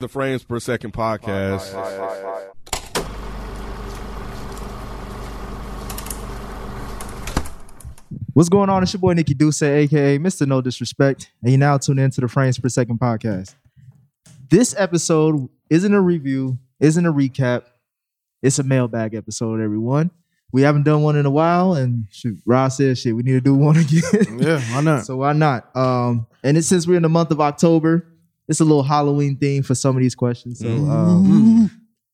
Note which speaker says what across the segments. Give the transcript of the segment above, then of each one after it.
Speaker 1: The Frames Per Second podcast.
Speaker 2: What's going on? It's your boy Nikki Duce, aka Mr. No Disrespect, and you now tune in to the Frames Per Second podcast. This episode isn't a review, isn't a recap. It's a mailbag episode, everyone. We haven't done one in a while, and shoot, Rob said, "Shit, we need to do one again."
Speaker 1: Yeah, why not?
Speaker 2: so why not? Um, and it's, since we're in the month of October, it's a little Halloween theme for some of these questions. So um,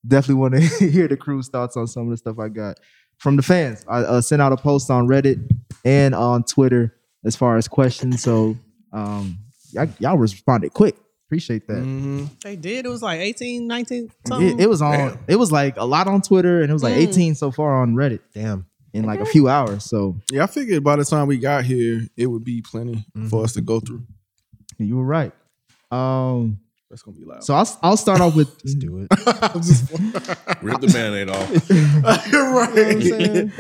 Speaker 2: definitely want to hear the crew's thoughts on some of the stuff I got from the fans. I uh, sent out a post on Reddit and on Twitter as far as questions. So um, y'all, y'all responded quick. Appreciate that.
Speaker 1: Mm-hmm.
Speaker 3: They did. It was like 18, 19,
Speaker 2: It,
Speaker 3: something.
Speaker 2: it was on. It was like a lot on Twitter, and it was like 18 so far on Reddit. Damn, in like a few hours. So
Speaker 1: Yeah, I figured by the time we got here, it would be plenty for us to go through.
Speaker 2: you were right. Um,
Speaker 1: That's gonna be loud.
Speaker 2: so I'll I'll start off with do it.
Speaker 4: Rip the band-aid off.
Speaker 2: saying?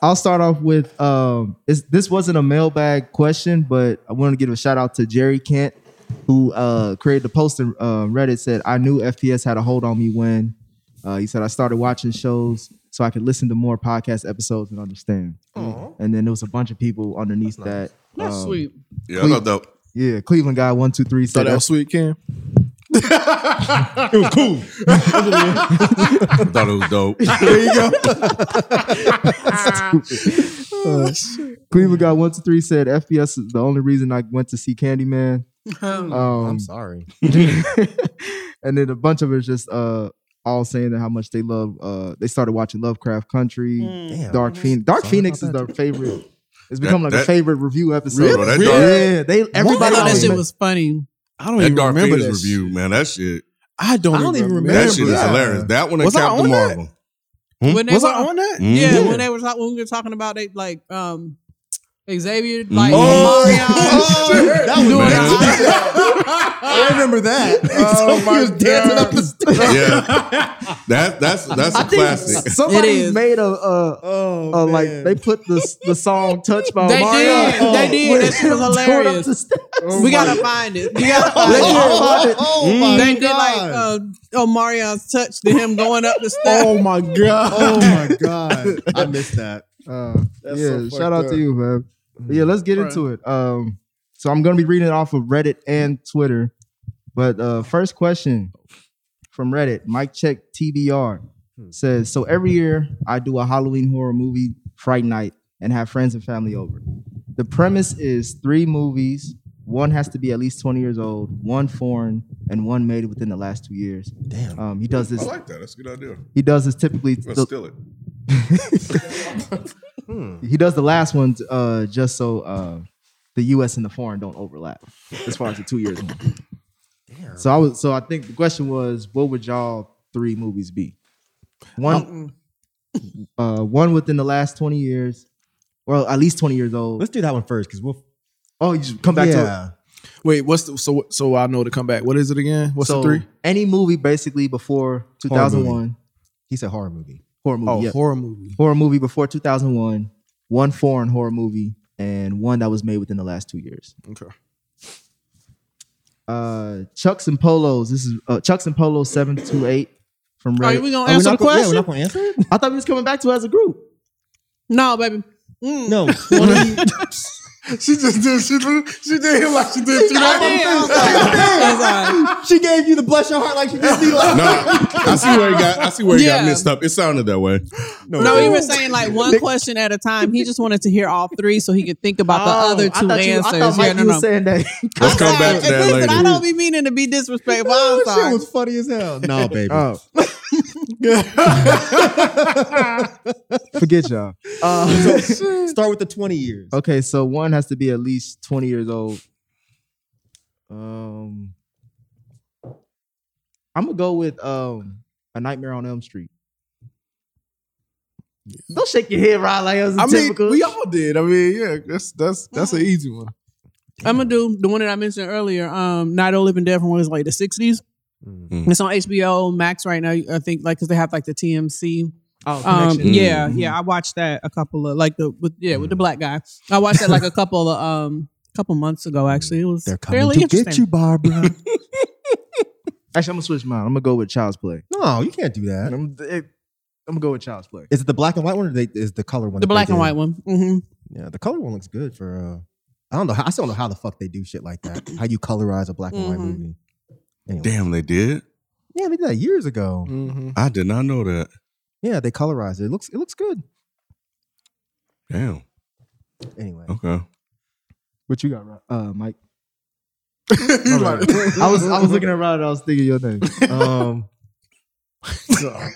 Speaker 2: I'll start off with um, it's, this wasn't a mailbag question, but I want to give a shout out to Jerry Kent, who uh, created the post on uh, Reddit. Said I knew FPS had a hold on me when uh, he said I started watching shows so I could listen to more podcast episodes and understand. And then there was a bunch of people underneath that.
Speaker 3: That's
Speaker 2: um,
Speaker 3: sweet.
Speaker 4: Yeah, I thought that.
Speaker 2: Yeah, Cleveland guy one two three said
Speaker 1: Thought that was
Speaker 2: that's
Speaker 1: sweet, Cam.
Speaker 4: I thought it was dope.
Speaker 3: Oh,
Speaker 2: Cleveland guy one two three said FPS is the only reason I went to see Candyman. Um,
Speaker 5: Oh, I'm sorry.
Speaker 2: and then a bunch of it is just uh all saying that how much they love uh they started watching Lovecraft Country,
Speaker 3: Mm-hmm.
Speaker 5: Damn.
Speaker 2: Dark Phoenix. Dark
Speaker 5: Sorry
Speaker 2: Phoenix is
Speaker 5: about
Speaker 2: their favorite. It's become like a
Speaker 4: that-
Speaker 2: favorite review episode.
Speaker 4: Really? That Dark-
Speaker 2: Yeah, they
Speaker 3: I
Speaker 2: everybody
Speaker 3: thought that
Speaker 2: always
Speaker 3: shit
Speaker 2: make-
Speaker 3: was funny.
Speaker 1: I don't
Speaker 4: That
Speaker 1: even
Speaker 4: Dark
Speaker 1: remember
Speaker 4: Phoenix
Speaker 1: that
Speaker 4: review,
Speaker 1: shit.
Speaker 4: man. That shit.
Speaker 1: I don't,
Speaker 3: I don't even remember
Speaker 4: That shit is
Speaker 1: that.
Speaker 4: hilarious. That one and
Speaker 1: Was I
Speaker 4: Captain
Speaker 1: on that?
Speaker 4: Marvel.
Speaker 3: When they
Speaker 1: Was
Speaker 3: were,
Speaker 1: I on that?
Speaker 5: Mm-hmm.
Speaker 4: Mhm.
Speaker 3: Yeah,
Speaker 1: Yeah.
Speaker 3: when they were talk- when we were talking about they like um Xavier like
Speaker 4: Oh,
Speaker 3: Mario
Speaker 5: that was
Speaker 3: doing
Speaker 4: Man.
Speaker 5: I remember that. he was dancing up the stairs.
Speaker 4: Yeah, that that's that's a classic.
Speaker 3: It
Speaker 2: somebody
Speaker 3: is.
Speaker 2: made a uh
Speaker 5: Oh,
Speaker 2: uh, like they put the the song "Touched by
Speaker 3: They
Speaker 2: Mario." Oh
Speaker 3: did.
Speaker 2: uh,
Speaker 3: They did.
Speaker 2: with
Speaker 3: That shit was
Speaker 2: him throwing up
Speaker 3: hilarious.
Speaker 2: the stairs.
Speaker 3: we gotta find it. You gotta
Speaker 5: Oh,
Speaker 3: find it.
Speaker 5: oh, oh my
Speaker 3: They did like
Speaker 5: god.
Speaker 3: uh, oh Marion's touch to him going up the steps.
Speaker 1: Oh my god.
Speaker 5: oh my god. I missed that.
Speaker 2: Uh,
Speaker 5: That's
Speaker 2: yeah,
Speaker 5: so fucked
Speaker 2: shout out
Speaker 5: up.
Speaker 2: to you, man. But yeah, let's get into it. Um, so I'm gonna be reading off of Reddit and Twitter, but uh, first question from Reddit, Mike Check TBR says, "So every year I do a Halloween horror movie Fright Night and have friends and family over. The premise is three movies." One has to be at least 20 years old, one foreign, and one made within the last two years.
Speaker 5: Damn.
Speaker 2: Um, he does
Speaker 4: I
Speaker 2: this.
Speaker 4: like that. That's a good idea.
Speaker 2: He does this typically.
Speaker 4: Let's
Speaker 2: the-
Speaker 4: steal it.
Speaker 2: he does the last one uh, just so uh, the U.S. and the foreign don't overlap as far as the two years. one.
Speaker 5: Damn.
Speaker 2: So I was. So I think the question was, what would y'all three movies be? One, uh, one within the last twenty years, well, at least twenty years old.
Speaker 5: Let's do that one first because we'll
Speaker 2: Oh, you should come back to it.
Speaker 1: Wait, what's the so so I know to come back. What is it again? What's
Speaker 2: so
Speaker 1: the three?
Speaker 2: Any movie basically before two thousand one
Speaker 5: He said horror movie.
Speaker 2: horror movie.
Speaker 1: Oh,
Speaker 2: yeah.
Speaker 1: horror movie.
Speaker 2: horror movie before two thousand one, one foreign horror movie, and one that was made within the last two years.
Speaker 1: Okay.
Speaker 2: uh Chucks and Polos. This is uh, Chucks and Polos seven two eight from
Speaker 3: Are
Speaker 2: Reddit.
Speaker 3: we gonna
Speaker 5: Are we
Speaker 3: answer the
Speaker 5: not gonna- yeah, we're
Speaker 3: question?
Speaker 5: not gonna answer it?
Speaker 2: I thought we was coming back to it as a group.
Speaker 3: no, baby. Mm.
Speaker 5: No.
Speaker 1: She just did she did she did him like she did
Speaker 3: I did. I was like, that's
Speaker 5: she gave you the bless your heart like she just did.
Speaker 4: No, I see where he got. I see where he got
Speaker 3: Yeah.
Speaker 4: mixed up. It sounded that way.
Speaker 3: all right. No, you were saying like one question at a time. He just wanted to hear all three so he could think about
Speaker 2: Oh,
Speaker 3: the other
Speaker 2: I
Speaker 3: two
Speaker 2: thought you- I
Speaker 3: answers.
Speaker 2: thought
Speaker 3: yeah,
Speaker 2: Mike,
Speaker 3: no,
Speaker 2: you
Speaker 3: no.
Speaker 2: was saying that.
Speaker 4: Let's come back to
Speaker 3: Sorry.
Speaker 4: that
Speaker 3: Listen, I
Speaker 4: later.
Speaker 3: don't be meaning to be disrespectful. I'm
Speaker 5: That shit
Speaker 3: sorry.
Speaker 5: was funny as hell. Uh. No, baby.
Speaker 2: Oh. Forget y'all. Uh,
Speaker 5: Start with the 20 years.
Speaker 2: okay, so one has to be at least twenty years old. Um, I'm gonna go with um, a Nightmare on Elm Street. Don't shake your head, Rod. Like it was
Speaker 1: I mean,
Speaker 2: typical.
Speaker 1: we all did. I mean, yeah, that's that's that's an easy one.
Speaker 3: I'm gonna do the one that I mentioned earlier. Um, Night of the Living Dead from what was like the '60s.
Speaker 4: Mhm.
Speaker 3: It's on HBO Max right now. I think like because they have like the TMC.
Speaker 2: oh,
Speaker 3: Um,
Speaker 2: connection.
Speaker 3: yeah,
Speaker 2: Mhm.
Speaker 3: yeah. I watched that a couple of like the with yeah with the black guy. I watched that like a couple of um couple months ago actually. It was
Speaker 5: They're coming
Speaker 3: fairly
Speaker 5: to
Speaker 3: interesting.
Speaker 5: get you, Barbara.
Speaker 2: Actually, I'm gonna switch mine. I'm gonna go with Child's Play.
Speaker 5: no, you can't do
Speaker 2: I'm,
Speaker 5: that.
Speaker 2: it- I'm gonna go with Child's Play.
Speaker 5: Is it the black and white one or they, is the color one?
Speaker 3: The
Speaker 5: that they
Speaker 3: black and
Speaker 5: did?
Speaker 3: white one. hmm
Speaker 5: Yeah, the color one looks good for. uh I don't know. how- I still don't know how the fuck they do shit like that. How you colorize a black and white
Speaker 3: Mhm.
Speaker 5: movie? Anyway.
Speaker 4: Damn, they did.
Speaker 5: Yeah, they did that years ago.
Speaker 3: Mm.
Speaker 4: I did not know that.
Speaker 5: Yeah, they colorized it. It looks it looks good.
Speaker 4: Damn.
Speaker 5: Anyway,
Speaker 4: Okay.
Speaker 2: What you got, Rod? Uh, Mike.
Speaker 1: He's like,
Speaker 2: I was I was
Speaker 5: Mm-hmm.
Speaker 2: looking at Rod. and I was thinking your name. Um,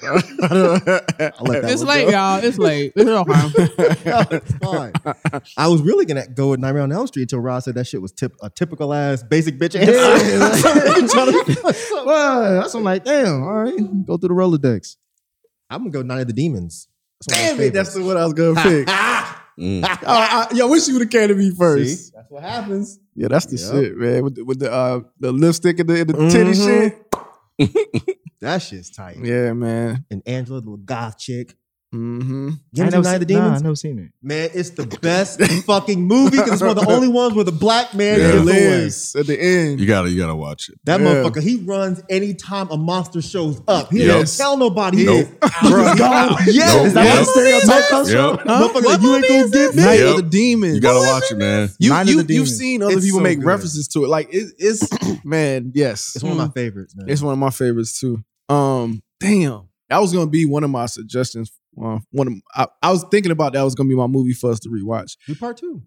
Speaker 5: I'll let that
Speaker 3: It's
Speaker 5: one
Speaker 3: late,
Speaker 5: go.
Speaker 3: y'all. It's late. It's no harm.
Speaker 5: It's fine. I was really gonna go with Nightmare on Elm Street until Rod said that shit was tip, a typical ass basic bitch answer.
Speaker 2: well, that's I'm like, damn. All right, go through the Rolodex.
Speaker 5: I'm gonna go Night of the Demons. That's one of
Speaker 1: Damn
Speaker 5: my
Speaker 1: it, that's
Speaker 5: favorites. Ah!
Speaker 1: the one I was gonna pick.
Speaker 4: Mm.
Speaker 1: I,
Speaker 2: Ah,
Speaker 1: I, yeah, I wish you would have came to me first.
Speaker 5: See? That's what happens.
Speaker 1: Yeah, that's the
Speaker 5: Yep.
Speaker 1: shit, man. With the, with the uh the lipstick and the, and the titty
Speaker 5: Mhm.
Speaker 1: shit.
Speaker 5: That shit's tight.
Speaker 1: Yeah, man.
Speaker 5: And Angela, the little goth chick.
Speaker 1: Mm-hmm.
Speaker 5: You
Speaker 2: I
Speaker 5: ever seen
Speaker 2: never
Speaker 5: Night of the
Speaker 2: seen- nah,
Speaker 5: Demons?
Speaker 2: I never seen it.
Speaker 5: Man, it's the best fucking movie because it's one of the only ones where the black man
Speaker 4: Yeah.
Speaker 5: is the worst.
Speaker 1: Liz at the end.
Speaker 4: You gotta, you gotta watch it.
Speaker 5: That
Speaker 1: Yeah.
Speaker 5: motherfucker, he runs anytime a monster shows up. He
Speaker 4: Yes.
Speaker 5: don't tell nobody.
Speaker 4: Nope.
Speaker 5: Bro, yes,
Speaker 4: Nope.
Speaker 5: is that what
Speaker 4: Yep.
Speaker 5: the stereotype comes
Speaker 4: Yep.
Speaker 5: from? Motherfucker, you ain't gonna get this.
Speaker 1: Night
Speaker 4: Yep.
Speaker 1: of the Demons.
Speaker 4: You gotta watch it, man.
Speaker 1: You,
Speaker 5: Night of
Speaker 1: you,
Speaker 5: the
Speaker 1: you've
Speaker 5: Demons.
Speaker 1: seen other
Speaker 5: It's
Speaker 1: people
Speaker 5: so
Speaker 1: make
Speaker 5: good.
Speaker 1: references to it. Like it, it's man, yes,
Speaker 5: It's one of my favorites, man.
Speaker 1: It's one of my favorites too. Um, damn, that was gonna be one of my suggestions. Uh, one of I, I was thinking about that was gonna be my movie for us to rewatch.
Speaker 5: Do part two.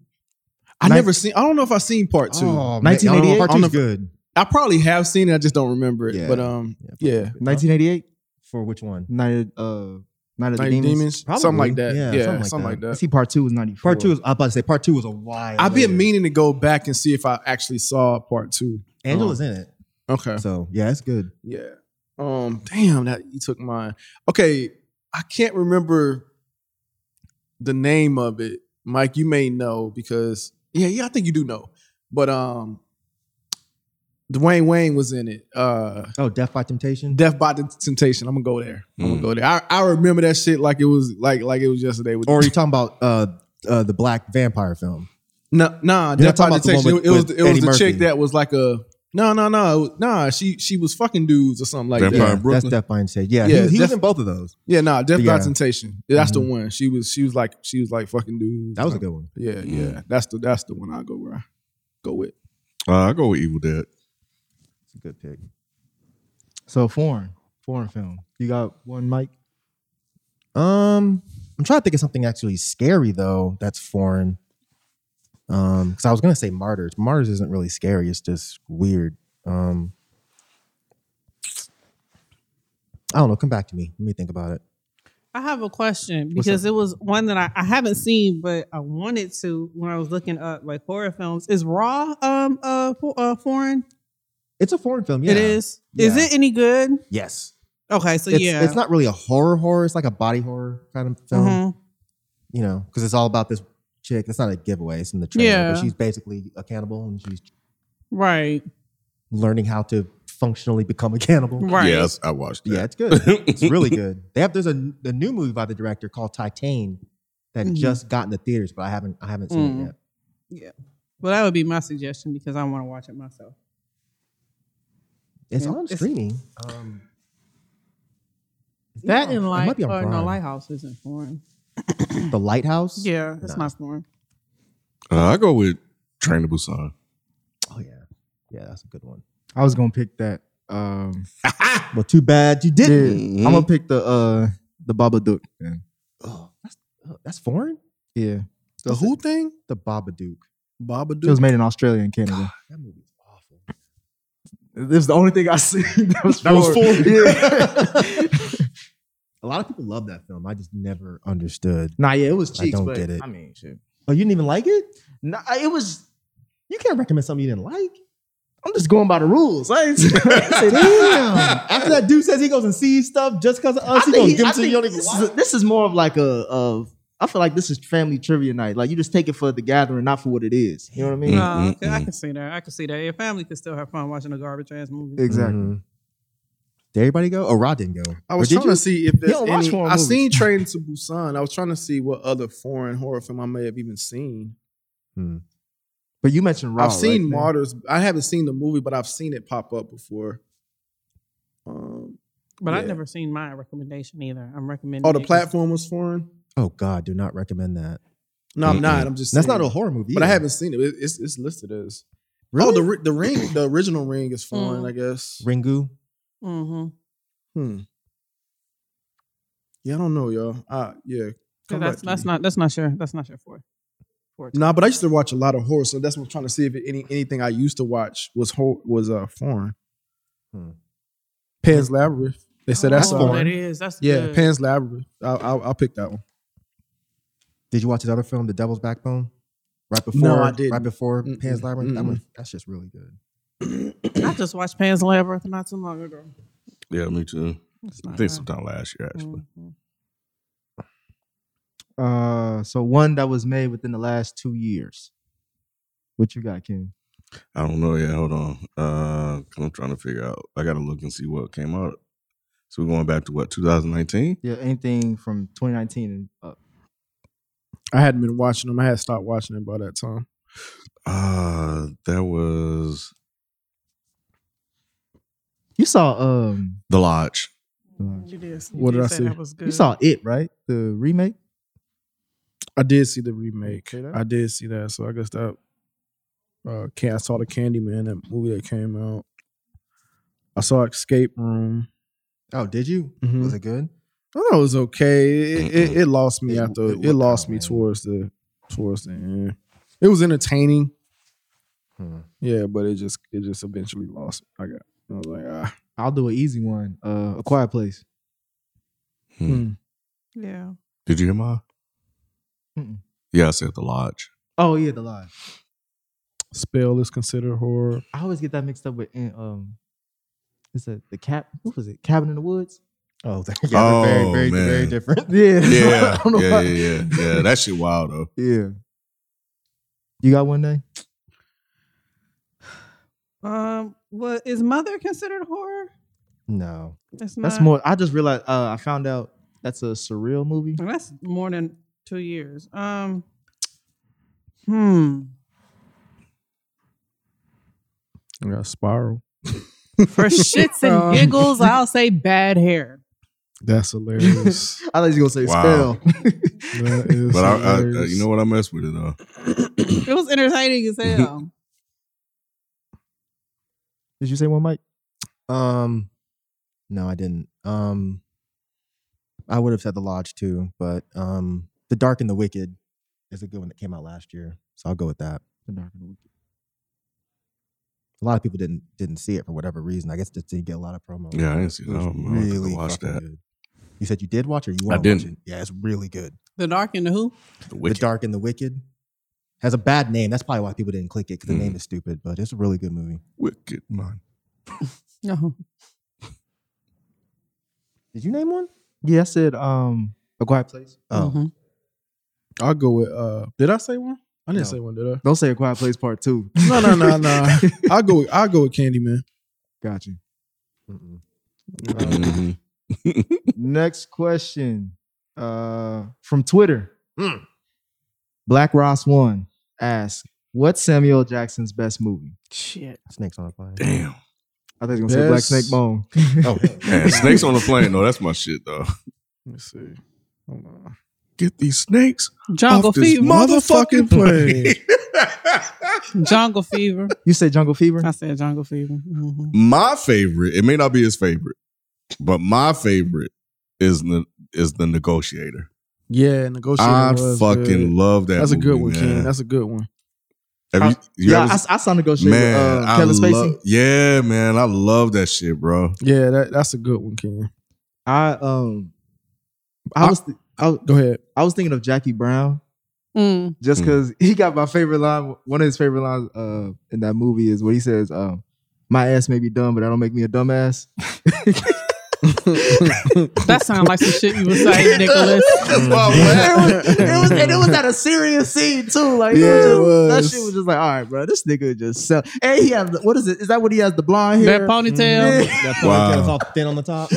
Speaker 1: I
Speaker 2: Nin-
Speaker 1: never seen. I don't know if I seen part two.
Speaker 5: Oh, man,
Speaker 2: 1988?
Speaker 5: Part
Speaker 1: On
Speaker 5: two's
Speaker 1: the-
Speaker 5: good.
Speaker 1: I probably have seen it. I just don't remember it.
Speaker 5: Yeah.
Speaker 1: But um,
Speaker 5: Yeah,
Speaker 1: yeah,
Speaker 2: 1988,
Speaker 5: For which one?
Speaker 2: Night of uh, Night of the
Speaker 1: Night
Speaker 2: Demons.
Speaker 1: Demons, something like that.
Speaker 5: Probably.
Speaker 1: Yeah,
Speaker 5: Yeah,
Speaker 1: something like that.
Speaker 2: I see part two was 94.
Speaker 5: Part two is. I'm about to say part two was a wild.
Speaker 1: I've
Speaker 5: layer.
Speaker 1: been meaning to go back and see if I actually saw part two.
Speaker 5: Angela's in it,
Speaker 1: Okay.
Speaker 5: so yeah, it's good.
Speaker 1: Yeah. Um. Damn, that you took mine. Okay, I can't remember the name of it, Mike. You may know because yeah, yeah, I think you do know. But um, Dwayne Wayne was in it. Uh,
Speaker 5: Oh, Death by Temptation.
Speaker 1: Death by the Temptation. I'm gonna go there. I'm
Speaker 4: Mm.
Speaker 5: Hmm.
Speaker 1: gonna go there. I, I remember that shit like it was like like it was yesterday. With
Speaker 5: or are you talking about uh, uh, the black vampire film?
Speaker 1: no, nah,
Speaker 5: You're not
Speaker 1: Death by
Speaker 5: talking about the one
Speaker 1: Temptation.
Speaker 5: with-
Speaker 1: it, it was
Speaker 5: with
Speaker 1: it was
Speaker 5: Eddie
Speaker 1: the chick
Speaker 5: Murphy.
Speaker 1: that was like a no no no it was- nah. She she was fucking dudes or something like that.
Speaker 4: Vampire
Speaker 5: that's
Speaker 4: Brooklyn.
Speaker 5: Death by Temptation. Yeah,
Speaker 1: Yeah,
Speaker 5: he, he was
Speaker 1: Death-
Speaker 5: in both of those.
Speaker 1: Yeah, nah, Death by
Speaker 5: Yeah. Mm-hmm.
Speaker 1: Temptation. Yeah, That's the one. She was she was like she was like fucking dude.
Speaker 5: That was a good one. Mm.
Speaker 1: Yeah, yeah. That's the that's the one I go where I go with.
Speaker 4: Uh, I go with Evil Dead.
Speaker 5: It's a good pick.
Speaker 2: So foreign, foreign film. You got one, Mike.
Speaker 5: Um, I'm trying to think of something actually scary though that's foreign. Um, because I was gonna say martyrs. Martyrs isn't really scary. It's just weird. Um, I don't know. Come back to me. Let me think about it.
Speaker 3: I have a question because it was one that I, I haven't seen, but I wanted to when I was looking up like horror films. Is Raw um uh, fo- uh foreign?
Speaker 5: It's a foreign film. Yeah.
Speaker 3: It is. Is
Speaker 5: Yeah.
Speaker 3: it any good?
Speaker 5: Yes.
Speaker 3: Okay, so
Speaker 5: It's,
Speaker 3: yeah,
Speaker 5: it's not really a horror horror. It's like a body horror kind of film.
Speaker 3: Mhm.
Speaker 5: You know, because it's all about this chick. It's not a giveaway. It's in the trailer.
Speaker 3: Yeah.
Speaker 5: But she's basically a cannibal and she's
Speaker 3: right,
Speaker 5: learning how to functionally become a cannibal.
Speaker 3: right.
Speaker 4: Yes, I watched
Speaker 5: Yeah,
Speaker 4: that.
Speaker 5: it's good. It's really good. They have there's a, a new movie by the director called Titan that
Speaker 3: Mhm.
Speaker 5: just got in the theaters, but I haven't I haven't seen
Speaker 3: Mm.
Speaker 5: it yet.
Speaker 3: Well, that would be my suggestion because I want to watch it myself.
Speaker 5: It's
Speaker 3: Yeah.
Speaker 5: on
Speaker 3: It's-
Speaker 5: streaming. Um, is it
Speaker 3: That
Speaker 5: on-
Speaker 3: and
Speaker 5: it
Speaker 3: like
Speaker 5: might be on
Speaker 3: uh, no
Speaker 5: Prime.
Speaker 3: lighthouse isn't foreign.
Speaker 5: the lighthouse.
Speaker 3: Yeah, it's
Speaker 5: Nah.
Speaker 3: not foreign.
Speaker 4: Uh, I go with Train to Busan.
Speaker 5: Oh yeah, yeah, that's a good one.
Speaker 2: I was gonna pick that. Um,
Speaker 5: Well, too bad you didn't.
Speaker 4: Mhm.
Speaker 2: I'm gonna pick the uh the Babadook. Man.
Speaker 5: Oh, that's oh, that's foreign.
Speaker 2: Yeah,
Speaker 1: The who thing?
Speaker 5: The Babadook.
Speaker 2: it
Speaker 1: Babadook.
Speaker 2: was made in Australia and Canada.
Speaker 5: That movie's awful.
Speaker 2: It was the only thing I seen. That was
Speaker 5: That was
Speaker 2: foreign.
Speaker 5: foreign. a lot of people love that film. I just never understood.
Speaker 2: Nah, yeah, it was
Speaker 5: I
Speaker 2: cheeks.
Speaker 5: don't
Speaker 2: but,
Speaker 5: get it.
Speaker 2: I mean, shit.
Speaker 5: Oh, you didn't even like it?
Speaker 2: Nah, it was.
Speaker 5: You can't recommend something you didn't like.
Speaker 2: I'm just going by the rules. I ain't I said, damn.
Speaker 6: After that dude says he goes and sees stuff just because of us,
Speaker 2: I
Speaker 6: he
Speaker 2: think
Speaker 6: gonna
Speaker 2: he-
Speaker 6: give it
Speaker 2: I
Speaker 6: to you.
Speaker 2: think
Speaker 6: you don't even
Speaker 2: this,
Speaker 6: watch
Speaker 2: is a- this is more of like a of I feel like this is family trivia night. Like you just take it for the gathering, not for what it is. You know what I mean?
Speaker 4: Mm,
Speaker 3: No,
Speaker 4: mm,
Speaker 3: okay, Uh, I
Speaker 4: mm.
Speaker 3: can see that. I can see that. Your family could still have fun watching a garbage ass movie.
Speaker 2: Exactly.
Speaker 5: Mhm. Did everybody go? Oh, Rod didn't go.
Speaker 1: I was
Speaker 5: Or did
Speaker 1: trying to see if there's
Speaker 2: don't watch
Speaker 1: any.
Speaker 2: horror
Speaker 1: I
Speaker 2: movies.
Speaker 1: seen Train to Busan. I was trying to see what other foreign horror film I may have even seen.
Speaker 2: But you mentioned Raw.
Speaker 1: I've seen
Speaker 2: right?
Speaker 1: Martyrs. I haven't seen the movie, but I've seen it pop up before. Um,
Speaker 3: But I've
Speaker 1: Yeah.
Speaker 3: never seen my recommendation either. I'm recommending.
Speaker 1: oh, the
Speaker 3: it.
Speaker 1: platform was foreign.
Speaker 5: Oh God, do not recommend that.
Speaker 1: No, I'm not.
Speaker 4: Mm-mm.
Speaker 1: I'm just.
Speaker 5: That's
Speaker 1: saying.
Speaker 5: not a horror movie.
Speaker 1: But I
Speaker 5: either.
Speaker 1: haven't seen it. It- It's it's listed as.
Speaker 5: Really?
Speaker 1: Oh, the ri- the ring, the original ring is foreign,
Speaker 3: Mm.
Speaker 1: I guess.
Speaker 5: Ringu.
Speaker 3: Mhm.
Speaker 1: Hmm. Yeah, I don't know, y'all. Uh, yeah.
Speaker 3: Yeah,
Speaker 1: come back
Speaker 3: that's
Speaker 1: to
Speaker 3: that's
Speaker 1: me.
Speaker 3: not that's not sure. That's not sure for. for
Speaker 1: Nah, but I used to watch a lot of horror, so that's what I'm trying to see if any anything I used to watch was hor- was uh foreign.
Speaker 5: Hmm.
Speaker 1: Pan's Labyrinth. They said that's
Speaker 3: oh, That
Speaker 1: foreign.
Speaker 3: is. That's
Speaker 1: yeah,
Speaker 3: good.
Speaker 1: Pan's Labyrinth. I'll, I'll I'll pick that one.
Speaker 5: Did you watch his other film, The Devil's Backbone? Right before,
Speaker 1: No, I didn't.
Speaker 5: right before
Speaker 1: Mm-mm,
Speaker 5: Pan's Labyrinth. That
Speaker 1: mm-mm.
Speaker 5: one, that's just really good.
Speaker 3: I just watched Pan's Labyrinth not too long ago.
Speaker 4: Yeah, me too.
Speaker 3: It's
Speaker 4: I
Speaker 3: not
Speaker 4: think
Speaker 3: bad.
Speaker 4: sometime last year actually.
Speaker 3: Mhm.
Speaker 2: Uh, so one that was made within the last two years. What you got, King?
Speaker 4: I don't know. Yeah, hold on. Uh, 'cause I'm trying to figure out. I gotta look and see what came out. So we're going back to what 2019.
Speaker 2: Yeah, anything from 2019 and up.
Speaker 1: I hadn't been watching them. I had stopped watching them by that time.
Speaker 4: Uh that was
Speaker 2: You saw um,
Speaker 4: The Lodge.
Speaker 3: You did. You
Speaker 1: What
Speaker 3: did
Speaker 1: did I
Speaker 3: say
Speaker 1: see?
Speaker 3: That was good.
Speaker 2: you saw it right? The remake.
Speaker 1: I did see the remake.
Speaker 2: Okay, that-
Speaker 1: I did see that, so I guess that. Uh, can I saw the Candyman that movie that came out. I saw Escape Room.
Speaker 5: Oh, did you?
Speaker 1: Mhm.
Speaker 2: Mm-hmm.
Speaker 5: Was it good?
Speaker 1: I thought it was okay. It, it, it lost me
Speaker 5: It-
Speaker 1: after.
Speaker 5: it
Speaker 1: It,
Speaker 5: what
Speaker 1: lost
Speaker 5: kind
Speaker 1: me
Speaker 5: of way?
Speaker 1: towards the towards the end. It was entertaining.
Speaker 5: Hmm.
Speaker 1: Yeah, but it just it just eventually lost. me. I got. I was like, ah.
Speaker 2: I'll do an easy one. Uh, a Quiet Place.
Speaker 4: Hmm.
Speaker 3: Yeah.
Speaker 4: Did you hear my?
Speaker 2: Mm-mm.
Speaker 4: Yeah, I said The Lodge.
Speaker 2: Oh yeah, the lie.
Speaker 1: Spell is considered horror.
Speaker 2: I always get that mixed up with um, it's a the cap. What was it? Cabin in the Woods.
Speaker 5: Oh, yeah, oh very,
Speaker 4: Oh,
Speaker 5: very, very
Speaker 4: man.
Speaker 5: different.
Speaker 2: Yeah.
Speaker 4: Yeah,
Speaker 2: I don't know
Speaker 4: yeah, yeah,
Speaker 2: why.
Speaker 4: yeah, yeah. That shit wild though.
Speaker 2: Yeah. You got one day?
Speaker 3: Um. Well, is Mother considered horror?
Speaker 5: No,
Speaker 3: That's
Speaker 2: That's
Speaker 3: not-
Speaker 2: more. I just realized. Uh, I found out that's a surreal movie.
Speaker 3: Well, That's more than two years. Um. Hmm.
Speaker 1: I got Spiral.
Speaker 3: For shits and giggles, I'll say bad hair.
Speaker 1: That's hilarious.
Speaker 2: I thought you were gonna say
Speaker 4: Wow.
Speaker 2: spell.
Speaker 1: that is
Speaker 4: But I, I, I,
Speaker 1: hilarious.
Speaker 4: you know what? I mess with it though.
Speaker 3: It was entertaining as hell.
Speaker 2: Did you say one, Mike?
Speaker 5: um, no, I didn't. Um, I would have said The Lodge too, but um, The Dark and the Wicked is a good one that came out last year, so I'll go with that.
Speaker 2: The Dark of the Wicked.
Speaker 5: A lot of people didn't didn't see it for whatever reason. I guess it didn't get a lot of promo.
Speaker 4: Yeah, I didn't see
Speaker 5: It
Speaker 4: that.
Speaker 5: was
Speaker 4: I don't know. I could've watched
Speaker 5: fucking
Speaker 4: that.
Speaker 5: good. You said you did watch or you want to watch
Speaker 4: didn't.
Speaker 5: it? Yeah, it's really good.
Speaker 3: The dark and the who?
Speaker 4: The Wicked.
Speaker 5: The Dark and the Wicked has a bad name. That's probably why people didn't click it because the
Speaker 4: Mhm.
Speaker 5: name is stupid. But it's a really good movie.
Speaker 4: Wicked man.
Speaker 3: No.
Speaker 5: Did you name one?
Speaker 2: Yeah, I said um a quiet place.
Speaker 5: Oh,
Speaker 3: Mhm.
Speaker 1: I'll go with. uh Did I say one? I didn't
Speaker 5: No.
Speaker 1: say one. Did I?
Speaker 2: Don't say a quiet place part two.
Speaker 1: No, no, no, no. I'll go. I'll go with Candyman.
Speaker 2: Got you.
Speaker 5: Mm-mm.
Speaker 4: Mhm.
Speaker 2: Next question. Uh from Twitter.
Speaker 4: Hmm.
Speaker 2: Black Ross One asks, What's Samuel L. Jackson's best movie?
Speaker 3: Shit.
Speaker 5: Snakes on a plane.
Speaker 4: Damn.
Speaker 2: I think he's gonna say Black
Speaker 1: Best-
Speaker 2: Snake Bone.
Speaker 5: Oh,
Speaker 4: Man, snakes on the plane though. That's my shit though.
Speaker 1: Let me see. Hold on.
Speaker 4: Get these snakes
Speaker 3: Jungle
Speaker 4: off this
Speaker 3: fever.
Speaker 4: motherfucking plane.
Speaker 3: Jungle fever.
Speaker 2: You said Jungle Fever?
Speaker 3: I said jungle fever. Mhm.
Speaker 4: my favorite. It may not be his favorite, but my favorite is the is the Negotiator.
Speaker 1: Yeah, negotiating.
Speaker 4: I
Speaker 1: was
Speaker 4: fucking
Speaker 1: good.
Speaker 4: love that.
Speaker 1: That's a good
Speaker 4: movie,
Speaker 1: one, King.
Speaker 4: man.
Speaker 1: That's a good one.
Speaker 4: Have you, you
Speaker 2: yeah,
Speaker 4: ever-
Speaker 2: I, I saw negotiate
Speaker 4: man,
Speaker 2: with uh,
Speaker 4: I
Speaker 2: Kevin Spacey.
Speaker 4: love- yeah, man, I love that shit, bro.
Speaker 1: Yeah, that, that's a good one, King.
Speaker 2: I um I
Speaker 1: I-
Speaker 2: was th- I,
Speaker 1: Go ahead.
Speaker 2: I was thinking of Jackie Brown
Speaker 3: Mm.
Speaker 2: just
Speaker 4: Mm.
Speaker 1: Hmm.
Speaker 2: because he got my favorite line. One of his favorite lines uh in that movie is what he says, um, My ass may be dumb, but that'll make me a dumbass.
Speaker 3: That sounds like some shit you would say, Nicholas.
Speaker 4: That's why I'm
Speaker 2: it, was, it was- and it was at a serious scene too. Like, it
Speaker 1: Yeah,
Speaker 2: was just-
Speaker 1: it
Speaker 2: that
Speaker 1: was.
Speaker 2: shit was just like, all right, bro, this nigga just sell. And he has the, what is it? Is that what he has? The blonde
Speaker 3: That
Speaker 2: hair.
Speaker 3: ponytail.
Speaker 5: That
Speaker 4: Wow.
Speaker 5: ponytail's all thin on the top.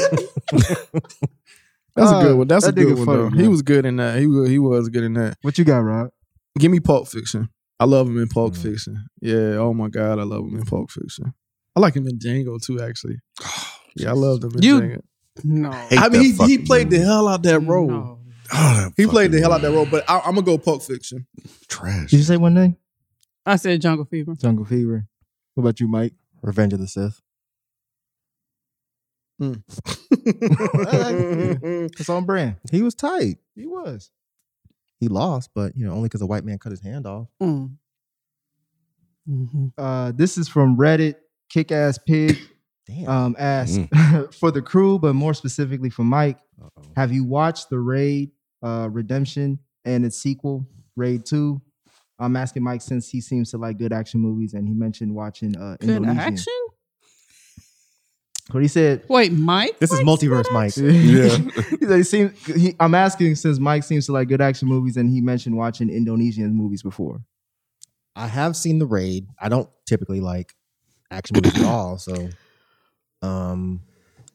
Speaker 1: That's
Speaker 2: Uh,
Speaker 1: a good one. That's
Speaker 2: that
Speaker 1: a good
Speaker 2: nigga
Speaker 1: one.
Speaker 2: funny,
Speaker 1: Though.
Speaker 2: man.
Speaker 1: He was good in that. He was, he was good in that.
Speaker 2: what you got, Rod?
Speaker 1: Give me Pulp Fiction. I love him in Pulp
Speaker 5: Mm.
Speaker 1: Fiction. Yeah. Oh my God, I love him in Pulp Fiction. I like him in Django too. Actually. Yeah, I loved him in
Speaker 3: You-
Speaker 1: Django.
Speaker 3: No.
Speaker 4: Oh,
Speaker 3: Mm,
Speaker 4: Hate
Speaker 1: I
Speaker 4: that
Speaker 1: mean, he, he
Speaker 4: fucking
Speaker 1: played the
Speaker 4: movie.
Speaker 1: hell out that role.
Speaker 3: No.
Speaker 4: Oh, that
Speaker 1: He played
Speaker 4: fucking
Speaker 1: the hell out that role. But I, I'm gonna go Pulp Fiction.
Speaker 4: Trash.
Speaker 2: Did you say one name?
Speaker 3: I said Jungle Fever.
Speaker 2: Jungle Fever. What about you, Mike?
Speaker 5: Revenge of the Sith.
Speaker 2: It's on brand.
Speaker 5: He was tight.
Speaker 2: He was.
Speaker 5: He lost, but you know, only because a white man cut his hand off.
Speaker 3: Mm. Mhm.
Speaker 2: Uh, this is from Reddit. Kick ass pig
Speaker 5: Damn.
Speaker 2: um, asked for the crew, but more specifically for Mike.
Speaker 5: Mm. Uh-oh.
Speaker 2: Have you watched the Raid uh, Redemption and its sequel, Raid Two? I'm asking Mike since he seems to like good action movies, and he mentioned watching uh,
Speaker 3: Good
Speaker 2: Indonesian.
Speaker 3: action?
Speaker 2: What he said.
Speaker 3: Wait, Mike?
Speaker 5: This is
Speaker 3: likes
Speaker 5: multiverse
Speaker 3: that
Speaker 5: Mike.
Speaker 3: action?
Speaker 4: Yeah.
Speaker 2: he said he seemed, he, I'm asking since Mike seems to like good action movies, and he mentioned watching Indonesian movies before.
Speaker 5: I have seen the raid. I don't typically like action movies at all, so um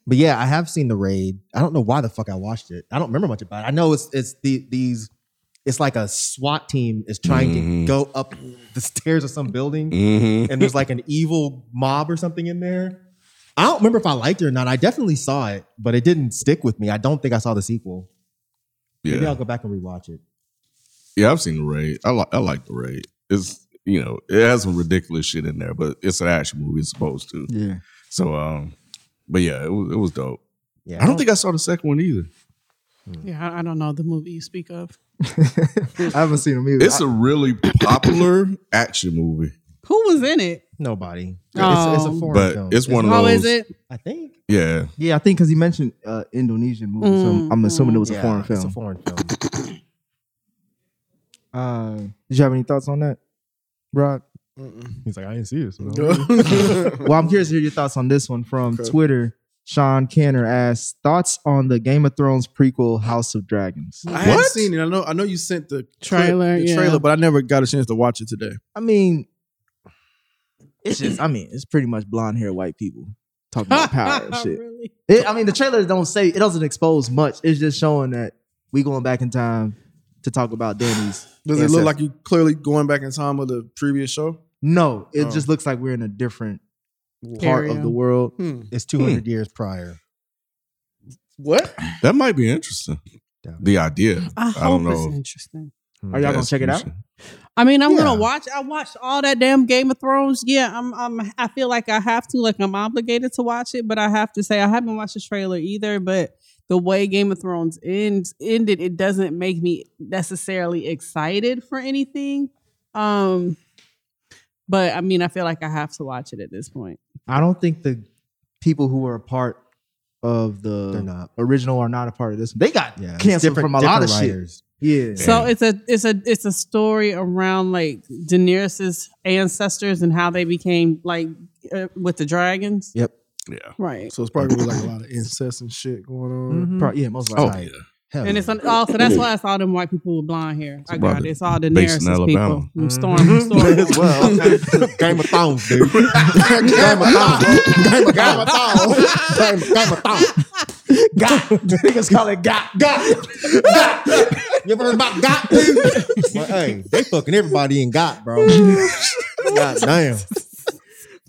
Speaker 5: but yeah, I have seen the raid. I don't know why the fuck I watched it. I don't remember much about it. I know it's it's the these it's like a SWAT team is trying
Speaker 4: Mhm.
Speaker 5: to go up the stairs of some building
Speaker 4: Mhm.
Speaker 5: and there's like an evil mob or something in there. I don't remember if I liked it or not. I definitely saw it, but it didn't stick with me. I don't think I saw the sequel. Maybe
Speaker 4: Yeah.
Speaker 5: I'll go back and rewatch it.
Speaker 4: Yeah, I've seen the raid. I like I like the raid. It's you know, it has some ridiculous shit in there, but it's an action movie, it's supposed to.
Speaker 2: Yeah,
Speaker 4: So um but yeah, it was it was dope.
Speaker 5: Yeah.
Speaker 4: I don't think I saw the second one either.
Speaker 3: Yeah, I, I don't know the movie you speak of.
Speaker 2: I haven't seen them either.
Speaker 4: It's a really popular action movie.
Speaker 3: Who was in it?
Speaker 5: nobody. it's, it's
Speaker 3: Um,
Speaker 5: a foreign
Speaker 4: But
Speaker 5: film.
Speaker 4: it's one of
Speaker 3: Oh,
Speaker 4: those
Speaker 3: is it?
Speaker 5: I think
Speaker 4: Yeah.
Speaker 2: yeah, I think because he mentioned uh, Indonesian movies, so I'm, I'm assuming it was a
Speaker 5: Mm, Yeah,
Speaker 2: foreign
Speaker 5: It's a
Speaker 2: film.
Speaker 5: foreign film.
Speaker 2: uh, did you have any thoughts on that, Rod?
Speaker 5: He's like, I didn't see it.
Speaker 2: well, I'm curious to hear your thoughts on this one from
Speaker 1: Okay.
Speaker 2: Twitter. Sean Canner asks thoughts on the Game of Thrones prequel, House of Dragons.
Speaker 1: I haven't seen it. I know. I know you sent the clip-
Speaker 3: Trailer,
Speaker 1: the
Speaker 3: yeah.
Speaker 1: trailer, but I never got a chance to watch it today.
Speaker 2: I mean, it's just, I mean, it's pretty much blonde hair white people talking about power and shit.
Speaker 3: Really?
Speaker 2: It- I mean, the trailers don't say it doesn't expose much. It's just showing that we going back in time to talk about Danny's.
Speaker 1: Does it look
Speaker 2: ancestors.
Speaker 1: like you clearly going back in time of the previous show?
Speaker 2: No, it
Speaker 1: Oh.
Speaker 2: just looks like we're in a different part
Speaker 3: Area.
Speaker 2: of the world.
Speaker 1: Hmm.
Speaker 5: It's 200 years prior.
Speaker 1: What?
Speaker 4: That might be interesting.
Speaker 5: Yeah.
Speaker 4: The idea.
Speaker 3: I
Speaker 4: I don't
Speaker 3: hope it's
Speaker 4: know.
Speaker 3: interesting.
Speaker 4: Hmm.
Speaker 2: Are y'all gonna check it out?
Speaker 3: I mean, I'm
Speaker 5: Yeah.
Speaker 3: gonna watch. I watched all that damn Game of Thrones. Yeah, I'm. I'm. I feel like I have to. Like I'm obligated to watch it. But I have to say, I haven't watched the trailer either. But the way Game of Thrones ends ended, it doesn't make me necessarily excited for anything. Um, but I mean, I feel like I have to watch it at this point.
Speaker 2: I don't think the people who were a part of
Speaker 5: They're
Speaker 2: the
Speaker 5: not.
Speaker 2: original are not a part of this. They got
Speaker 5: Yeah. it's
Speaker 2: canceled
Speaker 5: different-
Speaker 2: from a lot of
Speaker 5: different
Speaker 2: shit.
Speaker 5: writers.
Speaker 2: Yeah.
Speaker 3: So
Speaker 4: Damn.
Speaker 3: it's a it's a it's a story around like Daenerys's ancestors and how they became like uh, with the dragons.
Speaker 5: Yep.
Speaker 4: Yeah.
Speaker 3: Right.
Speaker 1: So it's probably gonna be like a lot of incest and shit going on.
Speaker 3: Mm-hmm.
Speaker 2: Pro- yeah, most of the
Speaker 4: Oh
Speaker 2: time.
Speaker 4: yeah.
Speaker 5: Hell
Speaker 3: And
Speaker 5: yeah.
Speaker 3: it's an, oh, so that's why it's all them white people with blonde hair. I got
Speaker 4: Right.
Speaker 3: it. It's all
Speaker 4: Based in
Speaker 3: Daenerys's
Speaker 4: Alabama.
Speaker 3: people. Mm, Storm, storm.
Speaker 5: As well. Game of Thrones, dude. Game of Thrones. Game of Thrones. Game of- Game of Thrones. Got. Niggas call it got. Got. Got. You ever heard about got, dude? Well, hey, they fucking everybody in got, bro. God damn.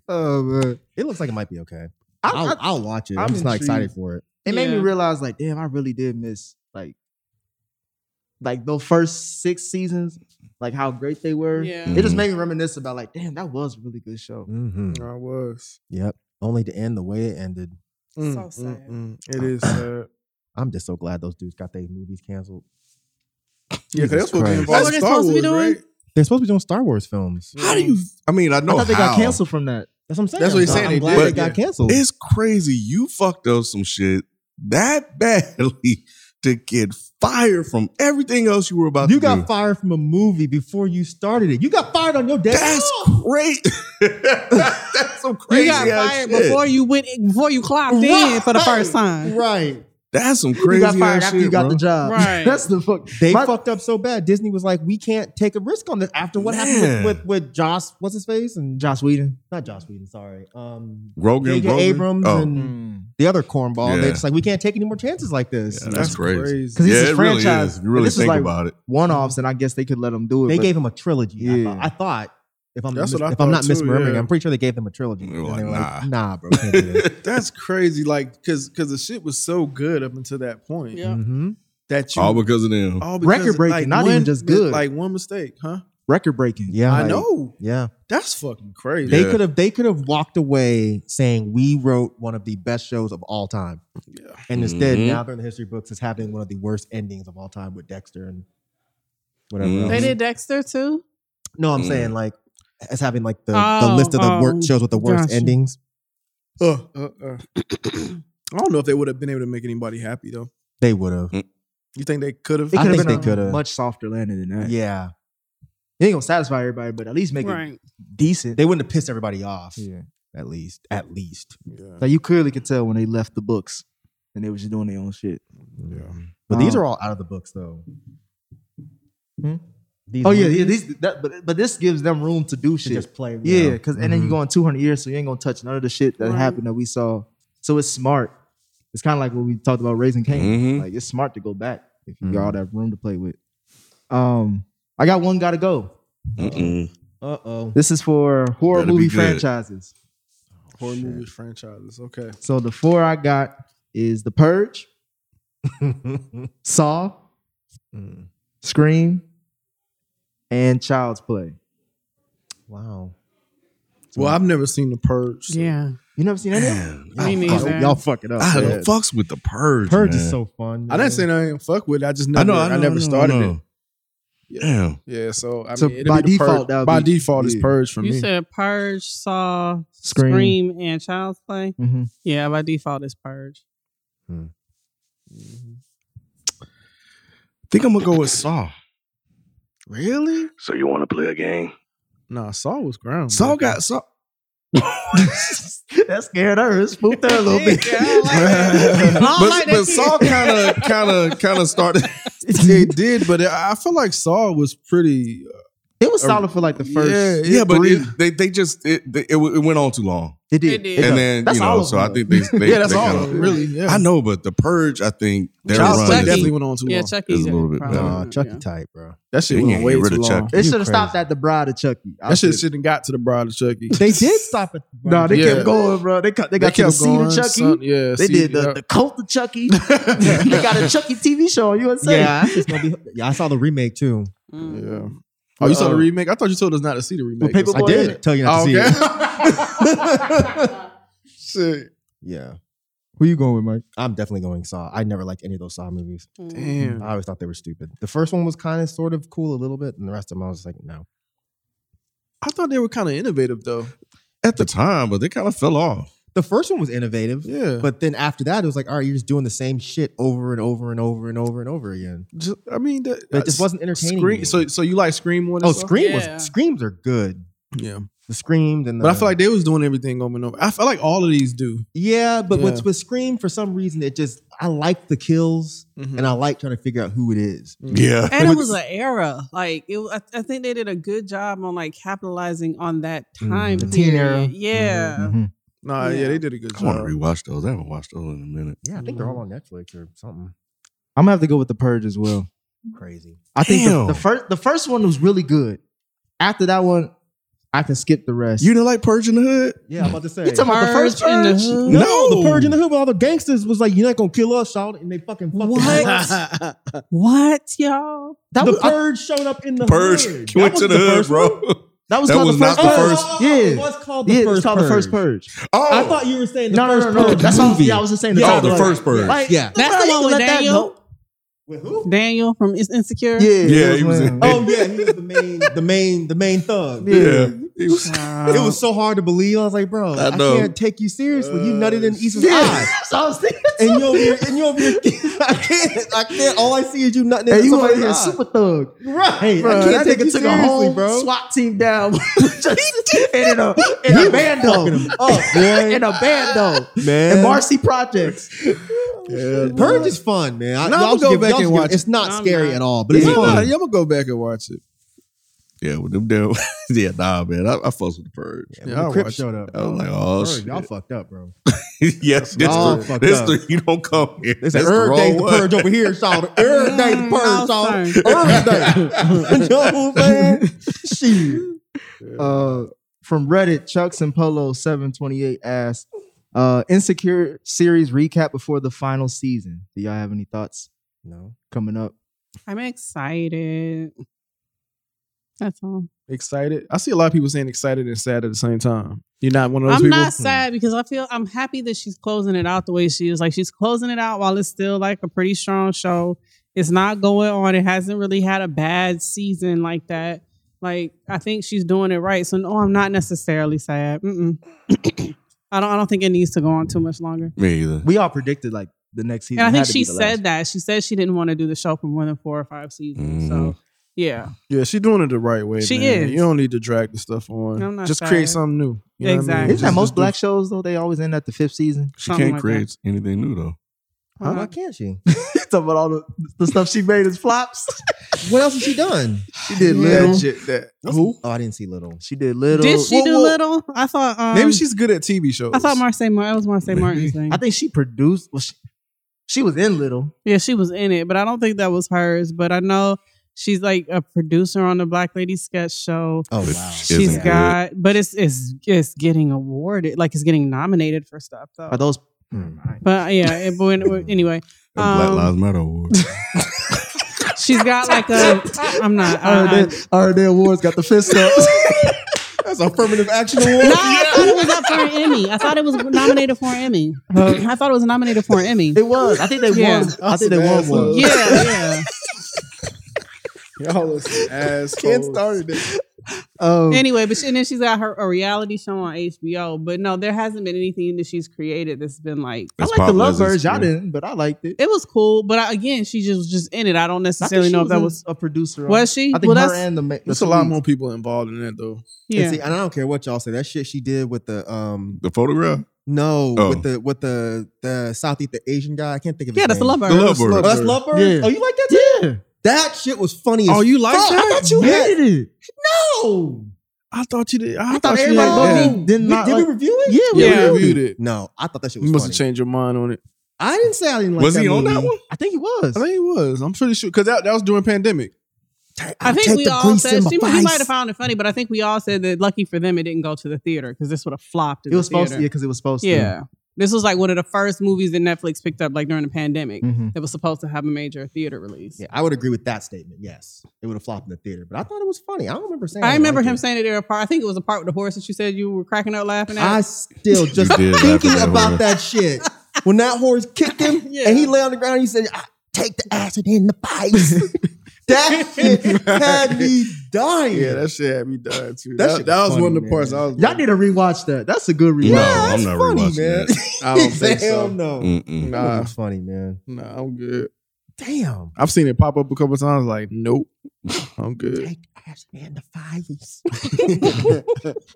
Speaker 2: Oh man.
Speaker 5: It looks like it might be okay.
Speaker 2: I-
Speaker 5: I'll,
Speaker 2: I-
Speaker 5: I'll watch it. I'm,
Speaker 2: I'm
Speaker 5: just not excited
Speaker 2: intrigued.
Speaker 5: for it.
Speaker 2: it made me
Speaker 3: Yeah.
Speaker 2: realize like damn i really did miss like like those first six seasons like how great they were
Speaker 3: Yeah.
Speaker 2: it just
Speaker 4: Mhm.
Speaker 2: made me reminisce about like damn that was a really good show
Speaker 5: Mm-hmm.
Speaker 1: I was. Mm,
Speaker 5: Yep. Only to end the way it ended.
Speaker 3: So sad.
Speaker 1: It is sad.
Speaker 5: I'm just so glad those dudes got their movies canceled.
Speaker 1: Yeah, 'cause
Speaker 5: Jesus
Speaker 1: that's what we
Speaker 5: Christ.
Speaker 1: involved in
Speaker 3: That's what
Speaker 1: Star
Speaker 3: they're supposed to be
Speaker 1: Wars,
Speaker 3: doing?
Speaker 1: right?
Speaker 5: They're supposed to be doing Star Wars films.
Speaker 4: How do you I mean, I
Speaker 2: i
Speaker 4: know
Speaker 2: thought they
Speaker 4: how.
Speaker 2: got canceled from that
Speaker 5: That's what I'm saying.
Speaker 1: That's what he
Speaker 5: So
Speaker 1: said
Speaker 5: I'm
Speaker 1: they
Speaker 5: glad
Speaker 4: did.
Speaker 5: they got canceled.
Speaker 4: It's crazy. You fucked up some shit that badly to get fired from everything else you were about
Speaker 5: You
Speaker 4: to
Speaker 5: got
Speaker 4: do.
Speaker 5: fired from a movie before you started it. You got fired on your Oh, desk.
Speaker 4: That's great. That's some
Speaker 3: You
Speaker 4: crazy
Speaker 3: got
Speaker 4: ass
Speaker 3: fired
Speaker 4: shit.
Speaker 3: before you went before you clocked in for the first time.
Speaker 5: Right.
Speaker 4: That's some
Speaker 2: You
Speaker 4: crazy
Speaker 2: got fired
Speaker 4: ass
Speaker 2: after
Speaker 4: shit,
Speaker 2: you got
Speaker 4: bro.
Speaker 2: the job.
Speaker 3: Right.
Speaker 2: That's the fuck.
Speaker 5: They
Speaker 2: My-
Speaker 5: fucked up so bad. Disney was like, we can't take a risk on this after what happened
Speaker 4: Man.
Speaker 5: with, with, with Joss, what's his face? And
Speaker 2: Joss Whedon.
Speaker 5: not Joss Whedon, sorry. Um
Speaker 4: Rogan,
Speaker 5: J.J.
Speaker 4: Rogan?
Speaker 5: Abrams
Speaker 4: Oh,
Speaker 5: and
Speaker 1: Mm.
Speaker 5: the other cornball.
Speaker 4: Yeah.
Speaker 5: They're just like, we can't take any more chances like this.
Speaker 4: yeah, that's, crazy.
Speaker 2: Because
Speaker 4: Yeah,
Speaker 2: this is
Speaker 4: it really
Speaker 2: franchise.
Speaker 4: is. If You really
Speaker 2: this
Speaker 4: think
Speaker 2: is like
Speaker 4: about it.
Speaker 2: one offs, and I guess they could let them do it.
Speaker 5: they
Speaker 2: but
Speaker 5: gave him a trilogy.
Speaker 2: Yeah.
Speaker 5: I, I thought. If I'm,
Speaker 1: That's
Speaker 5: mis-
Speaker 1: what I
Speaker 5: if I'm not
Speaker 1: thought too,
Speaker 5: misremembering,
Speaker 1: yeah.
Speaker 5: I'm pretty sure they gave them a trilogy.
Speaker 4: They were
Speaker 5: And they
Speaker 4: like,
Speaker 5: were like, nah, bro. can't do that."
Speaker 1: That's crazy. Like, because because the shit was so good up until that point
Speaker 3: Yeah.
Speaker 5: Mhm.
Speaker 1: that you
Speaker 4: All because of them.
Speaker 1: all
Speaker 2: Record-breaking, not even
Speaker 1: one-
Speaker 2: just good.
Speaker 1: Like one mistake, huh?
Speaker 2: record breaking.
Speaker 5: Yeah,
Speaker 1: I
Speaker 5: like,
Speaker 1: know.
Speaker 5: Yeah,
Speaker 1: That's fucking crazy.
Speaker 5: they
Speaker 4: Yeah.
Speaker 5: could have. They could have walked away saying we wrote one of the best shows of all time,
Speaker 1: yeah.
Speaker 5: and instead
Speaker 4: Mhm.
Speaker 5: now they're in the history books. It's happening one of the worst endings of all time with Dexter and whatever.
Speaker 4: Mhm.
Speaker 5: else.
Speaker 3: They did Dexter too.
Speaker 5: No, I'm
Speaker 4: Mm.
Speaker 5: saying like as having like the, the
Speaker 3: Oh,
Speaker 5: list of the wor-
Speaker 3: oh,
Speaker 5: shows with the worst
Speaker 3: gotcha.
Speaker 5: endings.
Speaker 1: Uh, uh, uh. I don't know if they would have been able to make anybody happy though.
Speaker 5: They would have.
Speaker 1: You think they could have?
Speaker 2: It
Speaker 5: I
Speaker 2: could have
Speaker 5: think
Speaker 2: been
Speaker 5: they
Speaker 2: a
Speaker 5: coulda.
Speaker 2: much softer landing than that.
Speaker 5: Yeah,
Speaker 2: It ain't gonna satisfy everybody, but at least make it
Speaker 3: Right.
Speaker 2: decent.
Speaker 5: they wouldn't have pissed everybody off.
Speaker 2: yeah.
Speaker 5: At least, at least.
Speaker 1: Yeah.
Speaker 2: Like you clearly could tell when they left the books and they were just doing their own shit.
Speaker 5: But these
Speaker 2: Um,
Speaker 5: are all out of the books though.
Speaker 2: Hmm?
Speaker 5: These
Speaker 2: Oh yeah,
Speaker 5: movies
Speaker 2: yeah. These, that, but but this gives them room to do
Speaker 5: should
Speaker 2: shit.
Speaker 5: just play.
Speaker 2: yeah, Mm-hmm. because and then
Speaker 5: Mhm.
Speaker 2: you go on two hundred years, so you ain't gonna touch none of the shit that
Speaker 3: Right.
Speaker 2: happened that we saw. So it's smart. It's kind of like what we talked about raising Cain.
Speaker 4: Mhm.
Speaker 2: Like it's smart to go back if you
Speaker 5: Mhm.
Speaker 2: got all that room to play with. Um, I got one. Gotta go.
Speaker 4: Mm-mm.
Speaker 5: Uh oh.
Speaker 2: This is for horror
Speaker 4: Better be
Speaker 2: movie
Speaker 4: good.
Speaker 2: franchises.
Speaker 1: Horror movies franchises. Okay.
Speaker 2: So the four I got is The Purge, Saw,
Speaker 5: Hmm.
Speaker 2: Scream, and Child's Play.
Speaker 5: Wow.
Speaker 1: Well, I've never seen The Purge. so-
Speaker 3: Yeah.
Speaker 2: You never seen any?
Speaker 4: Man,
Speaker 3: Me neither.
Speaker 2: Y'all fuck it up.
Speaker 4: I
Speaker 2: man.
Speaker 4: fucks with the purge.
Speaker 5: Purge
Speaker 4: man.
Speaker 5: is so fun.
Speaker 1: I didn't say nothing. Fuck with. it. I just never. I, know, I, never started it.
Speaker 4: it. Damn.
Speaker 1: Yeah. So I
Speaker 2: So
Speaker 1: mean,
Speaker 2: by
Speaker 1: by be
Speaker 2: default,
Speaker 1: default,
Speaker 2: that'll
Speaker 1: by
Speaker 2: be-
Speaker 1: default, it's
Speaker 2: yeah.
Speaker 1: Purge for
Speaker 3: you
Speaker 1: me.
Speaker 3: said Purge, Saw,
Speaker 2: Scream.
Speaker 3: Scream. and Child's Play.
Speaker 2: Mhm.
Speaker 3: Yeah, by default it's Purge.
Speaker 4: think I'm gonna go with Saw.
Speaker 1: really?
Speaker 4: So you want to play a game?
Speaker 1: Nah, Saw was ground.
Speaker 4: Saw
Speaker 1: bro.
Speaker 4: got Saw.
Speaker 2: that scared her. It spooked her a little bit.
Speaker 4: but but Saw kind of kind of kind of started.
Speaker 1: they did, but I I feel like Saw was pretty.
Speaker 2: It was solid for like the first.
Speaker 1: Yeah,
Speaker 4: Yeah, but
Speaker 2: three.
Speaker 4: it, they they just it, they, it it went on too long,
Speaker 2: It did.
Speaker 3: It did.
Speaker 4: and then
Speaker 2: That's
Speaker 4: you
Speaker 2: all
Speaker 4: know.
Speaker 2: of
Speaker 4: So
Speaker 2: them,
Speaker 4: I think they, they
Speaker 1: yeah, that's
Speaker 4: they
Speaker 1: all.
Speaker 4: kinda-
Speaker 1: of it, Really? Yeah.
Speaker 4: I know, but the purge, I think their
Speaker 3: Child's
Speaker 4: run
Speaker 1: Child's Play
Speaker 3: Chucky.
Speaker 4: is-
Speaker 1: definitely went on too
Speaker 3: Yeah,
Speaker 1: long.
Speaker 3: Chucky.
Speaker 4: It's a little bit
Speaker 3: probably-
Speaker 4: better.
Speaker 5: Nah, Chucky
Speaker 3: yeah.
Speaker 5: type, bro.
Speaker 1: That shit
Speaker 4: They
Speaker 1: went
Speaker 4: can't
Speaker 1: on way
Speaker 4: get rid
Speaker 1: too
Speaker 4: of
Speaker 1: long.
Speaker 4: Chucky.
Speaker 2: They
Speaker 5: You
Speaker 2: should have
Speaker 5: crazy.
Speaker 2: stopped at the Bride of Chucky. I
Speaker 1: That shit
Speaker 2: said-
Speaker 1: shouldn't got to the Bride of Chucky.
Speaker 2: They did stop.
Speaker 5: it.
Speaker 2: No, they
Speaker 1: Yeah.
Speaker 2: kept going, bro. They cut. They got to the scene of Chucky.
Speaker 1: son- yeah,
Speaker 2: they
Speaker 1: see,
Speaker 2: did the,
Speaker 1: yeah.
Speaker 2: the cult of Chucky. they got a Chucky TV show on USA.
Speaker 5: Yeah, it's gonna be. Yeah, I saw the remake too.
Speaker 3: Mm.
Speaker 1: Yeah. Oh, you saw the
Speaker 2: Uh-oh.
Speaker 1: remake? I thought you told us not to see the remake.
Speaker 2: Paperboy
Speaker 5: I
Speaker 2: in
Speaker 5: did tell you not
Speaker 1: Oh,
Speaker 5: to see it.
Speaker 1: okay. Shit.
Speaker 5: Yeah,
Speaker 2: Who you going with, Mike?
Speaker 5: I'm definitely going Saw. I never liked any of those Saw movies.
Speaker 3: Mm.
Speaker 1: Damn.
Speaker 5: I always thought they were stupid. The first one was kind of sort of cool a little bit, and the rest of them I was just like, no.
Speaker 1: I thought they were kind of innovative though.
Speaker 4: at the time, but they kind of fell off.
Speaker 5: The first one was innovative,
Speaker 1: Yeah. But
Speaker 5: but then after that, it was like, all right, you're just doing the same shit over and over and over and over and over again.
Speaker 1: just, I mean, that,
Speaker 5: But it just
Speaker 1: uh,
Speaker 5: wasn't entertaining.
Speaker 1: Scream.
Speaker 5: me.
Speaker 1: So, so you like Scream more? Than
Speaker 5: oh,
Speaker 1: Saw?
Speaker 5: Scream
Speaker 3: Yeah.
Speaker 5: was Screams are good.
Speaker 1: Yeah.
Speaker 5: The Screams and the,
Speaker 1: But I feel like they was doing everything over and over. I feel like all of these do.
Speaker 5: yeah, but
Speaker 1: Yeah.
Speaker 5: With, with Scream for some reason it just I like the kills
Speaker 1: Mm-hmm.
Speaker 5: and I like trying to figure out who it is.
Speaker 4: Yeah,
Speaker 3: And it was an era. Like it, was- I, I think they did a good job on like capitalizing on that time
Speaker 5: the teen
Speaker 3: period.
Speaker 5: era. Mm-hmm.
Speaker 3: Yeah.
Speaker 2: Mm-hmm.
Speaker 1: Nah, yeah.
Speaker 3: Yeah.
Speaker 1: they did a good
Speaker 4: I want
Speaker 1: job.
Speaker 4: to rewatch those. I haven't watched those in a minute.
Speaker 5: Yeah, I think they're all on Netflix or something
Speaker 2: I'm gonna Mm. have to go with the Purge as well.
Speaker 5: crazy.
Speaker 2: I think the,
Speaker 4: Damn.
Speaker 2: the first the first one was really good. After that one, I can skip the rest.
Speaker 4: You didn't like Purge in the Hood?
Speaker 5: Yeah, I'm about to say.
Speaker 2: You talking about the
Speaker 3: Purge
Speaker 2: first
Speaker 3: in the
Speaker 2: Purge?
Speaker 3: Hood.
Speaker 5: no,
Speaker 4: No.
Speaker 5: the purge in the hood, but all the gangsters was like, "You're not gonna kill us, y'all," and they fucking fucked
Speaker 3: What?
Speaker 5: us.
Speaker 3: What, y'all?
Speaker 2: That
Speaker 5: The
Speaker 2: was, I-
Speaker 5: purge showed up in the
Speaker 4: Purge
Speaker 5: hood. That
Speaker 4: went to
Speaker 5: wasn't
Speaker 4: the, hood,
Speaker 5: first
Speaker 4: bro.
Speaker 5: one?
Speaker 2: that was
Speaker 4: That
Speaker 2: called
Speaker 4: was
Speaker 2: the first
Speaker 4: not the
Speaker 2: Purge. Oh,
Speaker 4: first-
Speaker 2: Yeah,
Speaker 5: it was called the
Speaker 2: yeah,
Speaker 5: first.
Speaker 2: it's called
Speaker 5: purge.
Speaker 2: the first Purge.
Speaker 4: Oh,
Speaker 5: I thought you were saying the
Speaker 2: No, no,
Speaker 5: first
Speaker 2: no, no.
Speaker 5: Purge
Speaker 2: That's all.
Speaker 5: movie.
Speaker 2: Yeah, I was just saying.
Speaker 4: oh,
Speaker 5: Yeah,
Speaker 4: the
Speaker 5: right.
Speaker 4: first Purge.
Speaker 2: Like,
Speaker 5: Yeah.
Speaker 3: That's
Speaker 2: you
Speaker 3: the one
Speaker 2: can
Speaker 3: with
Speaker 2: let that
Speaker 3: Daniel?
Speaker 2: go.
Speaker 5: With who?
Speaker 3: Daniel from Is- Insecure.
Speaker 2: Yeah,
Speaker 4: Yeah, he was
Speaker 2: man.
Speaker 4: in-
Speaker 5: Oh yeah, he was the main, the main, the main thug.
Speaker 4: Yeah. He was,
Speaker 5: It
Speaker 3: Uh,
Speaker 2: Uh-huh.
Speaker 5: was so hard to believe. I was like, bro, I,
Speaker 4: I know.
Speaker 5: can't take you seriously. you nutted in Issa's
Speaker 2: Uh, yeah.
Speaker 5: eye.
Speaker 2: So I was thinking.
Speaker 5: And you over here, and you over here. I can't, I can't. All I see is you nutting
Speaker 2: Hey,
Speaker 5: in
Speaker 2: you want
Speaker 5: somebody's
Speaker 2: to
Speaker 5: eye.
Speaker 2: hear super thug?
Speaker 5: right.
Speaker 2: Bro,
Speaker 5: I
Speaker 2: that
Speaker 5: can't take
Speaker 2: nigga
Speaker 5: you
Speaker 2: took a whole
Speaker 5: seriously, bro.
Speaker 2: SWAT team down, just in a in a bando, Oh,
Speaker 5: Fucking him up, boy.
Speaker 2: in a bando,
Speaker 5: Man.
Speaker 2: in Marcy Projects.
Speaker 5: Purge is fun, man. I,
Speaker 1: No,
Speaker 5: y'all
Speaker 1: I'ma
Speaker 5: should
Speaker 1: go
Speaker 5: give-
Speaker 1: back
Speaker 5: y'all
Speaker 1: and
Speaker 5: should give-
Speaker 1: watch
Speaker 5: It's not
Speaker 3: I'm
Speaker 5: scary
Speaker 3: not.
Speaker 5: at all, but it's
Speaker 1: Yeah, nah,
Speaker 5: fun.
Speaker 1: yeah, I'm gonna go back and watch it.
Speaker 4: yeah, with them damn. yeah, nah, man. I, I fucks with the purge.
Speaker 1: Yeah,
Speaker 2: The
Speaker 1: I'll
Speaker 2: Crip
Speaker 1: watch
Speaker 2: showed up.
Speaker 4: I was like, oh,
Speaker 5: Purge,
Speaker 4: shit.
Speaker 5: y'all fucked up, bro.
Speaker 4: yes, this,
Speaker 5: Y'all
Speaker 4: the,
Speaker 5: fucked
Speaker 4: this
Speaker 5: up.
Speaker 4: the, you don't come here.
Speaker 5: They
Speaker 4: This
Speaker 5: said
Speaker 4: the
Speaker 5: every
Speaker 4: wrong
Speaker 5: day's the
Speaker 4: one.
Speaker 5: purge over here, Sean. Every day the purge, Sean.
Speaker 3: Mm,
Speaker 5: Every day. you know what I'm saying? Shit.
Speaker 2: Uh, from Reddit, Chucks and Polo seven twenty eight asked, uh, "Insecure series recap before the final season. Do y'all have any thoughts
Speaker 5: No.
Speaker 2: coming up?"
Speaker 3: I'm excited. That's all.
Speaker 1: Excited. I see a lot of people saying excited and sad at the same time. You're not one of those
Speaker 3: I'm
Speaker 1: people.
Speaker 3: not sad because I feel I'm happy that she's closing it out the way she is. Like she's closing it out while it's still like a pretty strong show. It's not going on. It hasn't really had a bad season like that. Like I think she's doing it right. So no, I'm not necessarily sad. Mm-mm. I don't. I don't think it needs to go on too much longer.
Speaker 4: Me either.
Speaker 2: We all predicted like the next season.
Speaker 3: And I
Speaker 2: had
Speaker 3: think
Speaker 2: to
Speaker 3: she
Speaker 2: be the last.
Speaker 3: said that. She said she didn't want to do the show for more than four or five seasons. So yeah,
Speaker 1: Yeah, she's doing it the right way.
Speaker 3: She
Speaker 1: man.
Speaker 3: is.
Speaker 1: You don't need to drag the stuff on.
Speaker 3: I'm not
Speaker 1: just
Speaker 3: sad.
Speaker 1: create something new. You know what I mean?
Speaker 3: Exactly.
Speaker 2: Isn't that
Speaker 1: Just-
Speaker 2: most
Speaker 1: just do-
Speaker 2: black shows though? They always end at the fifth season.
Speaker 4: She
Speaker 3: Something
Speaker 4: can't
Speaker 3: like
Speaker 4: create anything new though.
Speaker 5: How why can't she?
Speaker 2: Talking about all the, the stuff she made as flops.
Speaker 5: What else has she done?
Speaker 2: She did
Speaker 1: Little shit that
Speaker 5: Who? Oh, I didn't see Little.
Speaker 2: She did little.
Speaker 3: Did she
Speaker 1: Well,
Speaker 3: do
Speaker 1: well,
Speaker 3: little? I thought. Um,
Speaker 1: maybe she's good at TV shows.
Speaker 3: I thought Marseille. Mar- that was Marseille
Speaker 4: Maybe.
Speaker 3: Martin's thing.
Speaker 2: I think she produced. Well, she, she was in little.
Speaker 3: Yeah, she was in it, but I don't think that was hers. But I know she's like a producer on the Black Lady Sketch Show.
Speaker 5: Oh
Speaker 4: But
Speaker 5: wow.
Speaker 4: she
Speaker 3: She's
Speaker 4: isn't good.
Speaker 3: got, but it's it's it's getting awarded, like it's getting nominated for stuff though.
Speaker 2: Are those?
Speaker 3: But yeah, it, but when- anyway,
Speaker 4: The Black
Speaker 3: Um,
Speaker 4: Lives Matter award.
Speaker 3: she's got like a. I'm not. I, I,
Speaker 2: R&D Awards got the fist up.
Speaker 5: That's affirmative action award.
Speaker 3: no, I thought it was up for an Emmy. I thought it was nominated for an Emmy. I thought it was nominated for an Emmy.
Speaker 2: it was. I think they
Speaker 3: Yeah.
Speaker 2: won. I think they won one.
Speaker 3: Yeah, yeah.
Speaker 1: y'all ass
Speaker 5: Ken started it.
Speaker 2: Um,
Speaker 3: Anyway, but she, and then she's got her a reality show on HBO. But no, there hasn't been anything that she's created that's been like
Speaker 2: I
Speaker 4: As
Speaker 2: like the
Speaker 4: popular as
Speaker 2: love
Speaker 4: it's
Speaker 2: birds. Y'all
Speaker 4: been.
Speaker 2: didn't, but I liked it.
Speaker 3: it was cool, but I, again, she just was just in it. I don't
Speaker 2: I
Speaker 3: necessarily
Speaker 2: think
Speaker 3: know
Speaker 2: she
Speaker 3: if that
Speaker 2: in
Speaker 3: was
Speaker 2: a producer. on
Speaker 3: Was
Speaker 2: it.
Speaker 3: she?
Speaker 2: I think
Speaker 3: Well,
Speaker 2: her
Speaker 3: that's-
Speaker 2: and the. ma- the
Speaker 1: There's a lot
Speaker 2: two
Speaker 1: more
Speaker 2: leads.
Speaker 1: people involved in that though.
Speaker 3: yeah.
Speaker 5: And see, and I don't care what y'all say. That shit she did with the um
Speaker 4: The photograph?
Speaker 5: no
Speaker 4: Oh.
Speaker 5: with the with the the Southeast the Asian guy. I can't think of. His
Speaker 3: yeah, that's the
Speaker 5: name.
Speaker 3: love
Speaker 4: The love
Speaker 1: Lovebird.
Speaker 4: bird.
Speaker 5: Oh, that's Lovebird.
Speaker 2: Yeah.
Speaker 5: Oh, you like that?
Speaker 2: Yeah.
Speaker 5: That shit was funny.
Speaker 1: Oh,
Speaker 5: as
Speaker 1: you like
Speaker 5: fuck.
Speaker 1: that?
Speaker 5: I thought you
Speaker 1: Yeah.
Speaker 5: hated.
Speaker 2: it.
Speaker 5: No,
Speaker 1: I thought you did. I,
Speaker 2: I
Speaker 1: thought,
Speaker 2: thought
Speaker 1: you
Speaker 2: everybody
Speaker 1: liked
Speaker 2: but
Speaker 1: that.
Speaker 2: me did not.
Speaker 5: did
Speaker 2: like-
Speaker 5: we review it?
Speaker 2: Yeah, we
Speaker 1: Yeah,
Speaker 3: Yeah.
Speaker 1: we
Speaker 2: reviewed
Speaker 1: viewed
Speaker 2: it.
Speaker 1: it.
Speaker 5: No, I thought that shit was
Speaker 1: You must have
Speaker 5: funny.
Speaker 1: changed your mind on it.
Speaker 5: I didn't say I didn't like
Speaker 4: Was
Speaker 5: that
Speaker 4: he on that
Speaker 5: movie.
Speaker 4: one?
Speaker 2: I think he
Speaker 1: I
Speaker 2: was.
Speaker 1: think he was. I'm pretty sure because that, that was during pandemic.
Speaker 3: I think
Speaker 5: take
Speaker 3: we
Speaker 5: the
Speaker 3: all
Speaker 5: grease
Speaker 3: said
Speaker 5: in my
Speaker 3: she, he might
Speaker 5: face.
Speaker 3: have found it funny, but I think we all said that lucky for them it didn't go to the theater because this would have flopped. at
Speaker 2: It was
Speaker 3: the
Speaker 2: supposed to
Speaker 3: theater.
Speaker 2: because it was supposed to.
Speaker 3: yeah. This was like one of the first movies that Netflix picked up like during the pandemic
Speaker 2: Mhm.
Speaker 3: that was supposed to have a major theater release.
Speaker 5: Mm-hmm. Yeah, I would agree with that statement. Yes, it would have flopped in the theater, but I thought it was funny. I don't remember saying.
Speaker 3: I remember him
Speaker 5: liked it.
Speaker 3: saying that there were part. I think it was a part with the horse that you said you were cracking up laughing at.
Speaker 5: I still just
Speaker 4: did laugh
Speaker 5: thinking
Speaker 4: at that
Speaker 5: about
Speaker 4: horse.
Speaker 5: that shit when that horse kicked him
Speaker 3: Yeah.
Speaker 5: and he lay on the ground. He said, "I "Take the acid in the face." that shit had me dying.
Speaker 1: Yeah, that shit had me dying too.
Speaker 5: That
Speaker 1: That,
Speaker 5: shit
Speaker 1: that was
Speaker 5: was
Speaker 1: one of
Speaker 5: funny,
Speaker 1: the parts
Speaker 5: man.
Speaker 1: I was.
Speaker 2: Y'all need to rewatch that. That's a good rewatch.
Speaker 4: No,
Speaker 5: Yeah,
Speaker 4: I'm
Speaker 5: that's
Speaker 4: not
Speaker 5: funny,
Speaker 4: rewatching
Speaker 5: man.
Speaker 4: that.
Speaker 1: I don't think
Speaker 5: Hell
Speaker 1: so. Mm,
Speaker 5: no.
Speaker 4: Mm-mm.
Speaker 5: That
Speaker 1: Nah,
Speaker 5: was funny, man.
Speaker 1: nah, I'm good.
Speaker 5: Damn.
Speaker 1: I've seen it pop up a couple times. Like, nope, I'm good.
Speaker 5: Take acid in the